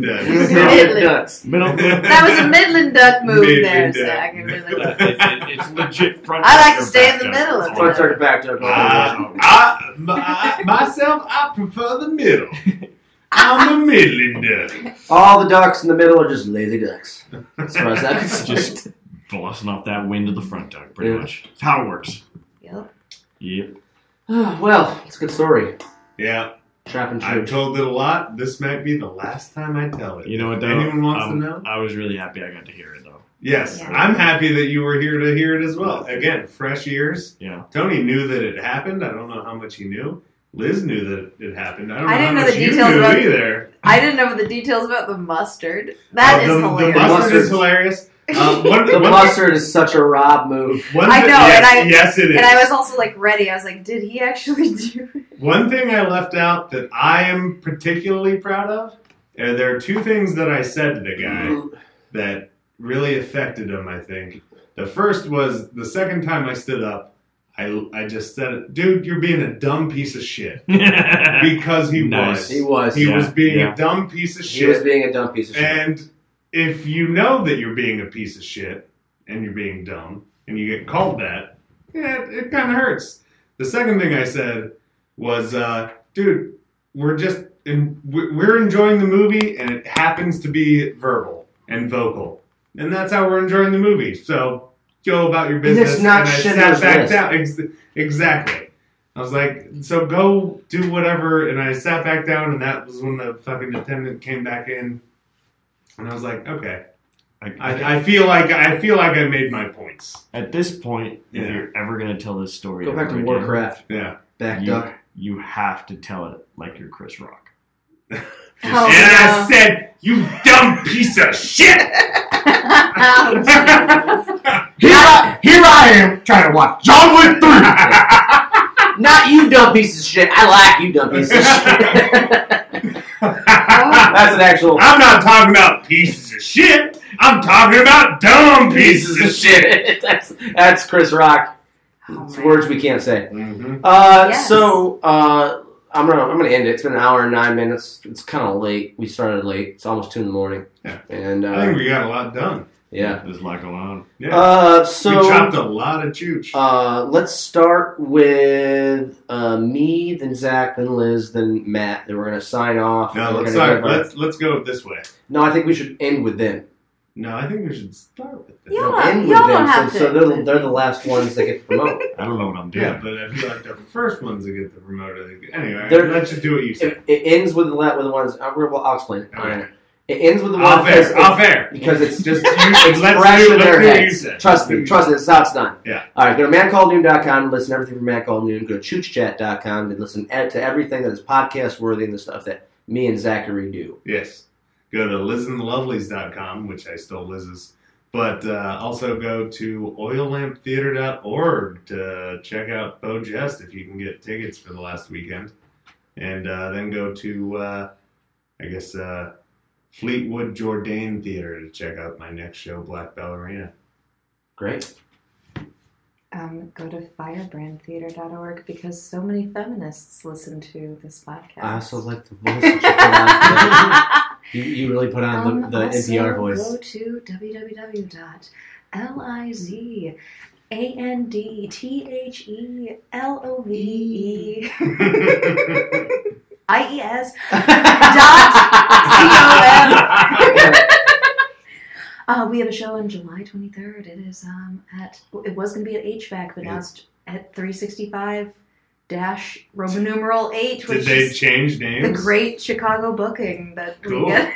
duck. Middling ducks. Middle, That was a Midland duck move Midland there, duck. Zach. It really was. it's, it's legit front. I like deck to or stay in back the deck. middle of Front it. duck, back duck. Uh, I, my, uh, myself, I prefer the middle. I'm a middling duck. All the ducks in the middle are just lazy ducks. As far as that is Just- just Blasting off that wind of the front duck, pretty Yeah. much. That's how it works. Yep. Yep. <sighs> well, it's a good story. Yeah, Trap and I've chooch. told it a lot. This might be the last time I tell it. You know what? Though, Anyone wants Um, to know? I was really happy I got to hear it though. Yes, Yeah. I'm happy that you were here to hear it as well. Again, fresh ears. Yeah. <laughs> Tony knew that it happened. I don't know how much he knew. Liz knew that it happened. I don't know I how didn't know much the you details knew about- either. I didn't know the details about the mustard. That Uh, is the, hilarious. The mustard is <laughs> Mustard. hilarious. Uh, one, The one- mustard is such a Rob move. one I thi- know, Yes, and I- yes, it is. and I was also like ready. I was like, did he actually do it? one thing I left out that I am particularly proud of, and there are two things that I said to the guy that really affected him. I think the first was the second time I stood up. I, I just said, dude, you're being a dumb piece of shit. Because he Nice. was. He was. He He, Yeah, was being yeah. a dumb piece of was shit. being a dumb piece of shit. and if you know that you're being a piece of shit and you're being dumb and you get called that, yeah, it, it kind of hurts. The second thing I said was, uh, dude, we're just in, we- we're enjoying the movie and it happens to be verbal and vocal, and that's how we're enjoying the movie. So go about your it's business. not and I Schindler's sat back List. down. Ex- exactly. I was like, so go do whatever. And I sat back down, and that was when the fucking attendant came back in. And I was like, okay, I, I feel like I feel like I made my points. At this point, if Yeah. you're ever going to tell this story, Go back ever to again, Warcraft. Yeah. Back You, duck. you have to tell it like you're <laughs> Chris Rock. Oh, and I no. said, you dumb piece of shit. <laughs> Oh, Jesus. Here I, here I am trying to watch John Wick <laughs> 3. Not you dumb piece of shit. I like you <laughs> dumb piece of shit. That's an actual. I'm not talking about pieces of shit. I'm talking about dumb Pieces of shit. that's that's Chris Rock. Oh, It's man. words we can't say. Mm-hmm. Uh, Yes. So uh, I'm gonna I'm gonna end it. It's been an hour and nine minutes. It's kind of late. We started late. It's almost two in the morning. Yeah. And I uh, think we got a lot done. yeah. There's like a lot. Yeah. Uh, we so chopped a lot of chooch. uh, let's start with uh, me, then Zach, then Liz, then Matt. Then we're gonna sign off. no, We're gonna let's start. give our- Let's let's go this way. No, I think we should end with them. No, I think we should start with this. Yeah. No, end with y'all them. don't have so, to so end they're, the- with they're the last ones that get to <laughs> promote. I don't know what I'm doing. Yeah, but I feel like the first ones that get the promoter. Anyway, They're- let's just do what you said. it, it ends with the la- with the ones. I'll, well, I'll explain. it. Okay. It ends with the All ones fair. All fair. because it's Just you, <laughs> let's do, fresh in let's their do what you heads. <laughs> said. Trust me, trust me, it's not done. Yeah. All right, go to mancallnoon.com, listen to everything from Man Called Noon. Go to choochchat.com and listen ed- to everything that is podcast worthy and the stuff that me and Zachary do. Yes. Go to lizandlovelies.com, which I stole Liz's. But uh, also go to oillamptheater.org to check out Bo Jest if you can get tickets for the last weekend. And uh, then go to, uh, I guess, uh, Fleetwood Jordan Theater to check out my next show, Black Ballerina. <laughs> Great. Um, go to firebrandtheater.org because so many feminists listen to this podcast. I also like the voice that you put <laughs> on. <laughs> today. You, you really put on Um, the, the also NPR Go voice. to E www.lizandtheloveleve IES <laughs> Uh, we have a show on July 23rd. It is um, at, it was going to be at HVAC, but now it's at 365 dash Roman numeral 8, Did which they is change the names? great Chicago booking that Cool. we get.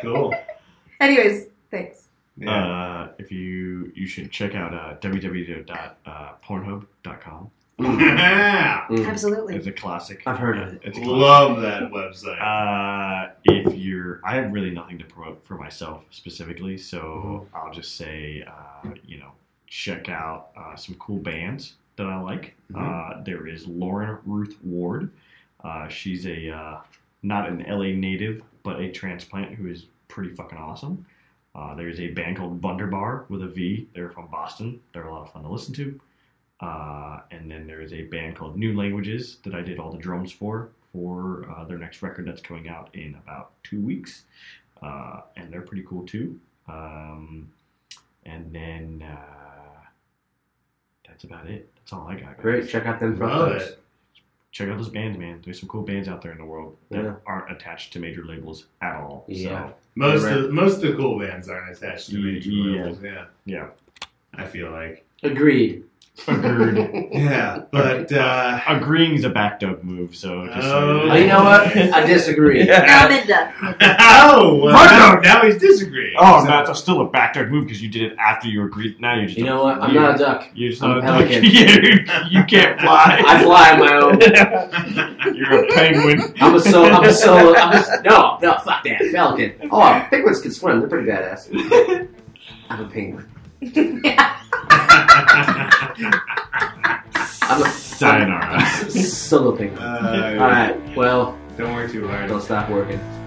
Cool. <laughs> Anyways, thanks. Yeah. Uh, if you you should check out uh, www.pornhub.com. Yeah. <laughs> Mm. Absolutely. It's a classic. I've heard of it. It's a classic. Love that website. Uh, if you're, I have really nothing to promote for myself specifically, so I'll just say, uh, you know, check out uh, some cool bands that I like. Uh, there is Lauren Ruth Ward. Uh, she's a uh, not an LA native, but a transplant who is pretty fucking awesome. Uh, there's a band called Wunderbar with a V. They're from Boston. They're a lot of fun to listen to. Uh, and then there is a band called New Languages that I did all the drums for for uh, their next record that's coming out in about two weeks, uh, and they're pretty cool too. Um, and then uh, that's about it. That's all I got. <laughs> <laughs> guys. Great. Check out them front Love folks. it. Check out those bands, man. There's some cool bands out there in the world that Yeah. aren't attached to major labels at all. Yeah. So Most Right. of most of the cool bands aren't attached to major Yeah. labels. Yeah, yeah, I feel like. Agreed. agreed. Yeah, but uh, <laughs> <laughs> Agreeing's a backdub move. So just so Oh. Oh, you know what? I disagree. <laughs> Now mid oh, well, now, Fuck now he's disagreeing. Oh, So- no, that's still a backdub move because you did it after you agreed. Now you're just You a- know what? I'm you're- not a duck. You're just I'm not a a <laughs> duck. pelican. you, you can't fly. I <laughs> fly on my own. You're a penguin. I'm a solo. I'm a solo. I'm a, no, no, fuck that. Pelican. Oh, penguins can swim. They're pretty badass. I'm a penguin. yeah. I'm a <laughs> Sayonara. solo penguin. Uh, All right. Well, Don't work too hard. don't stop working.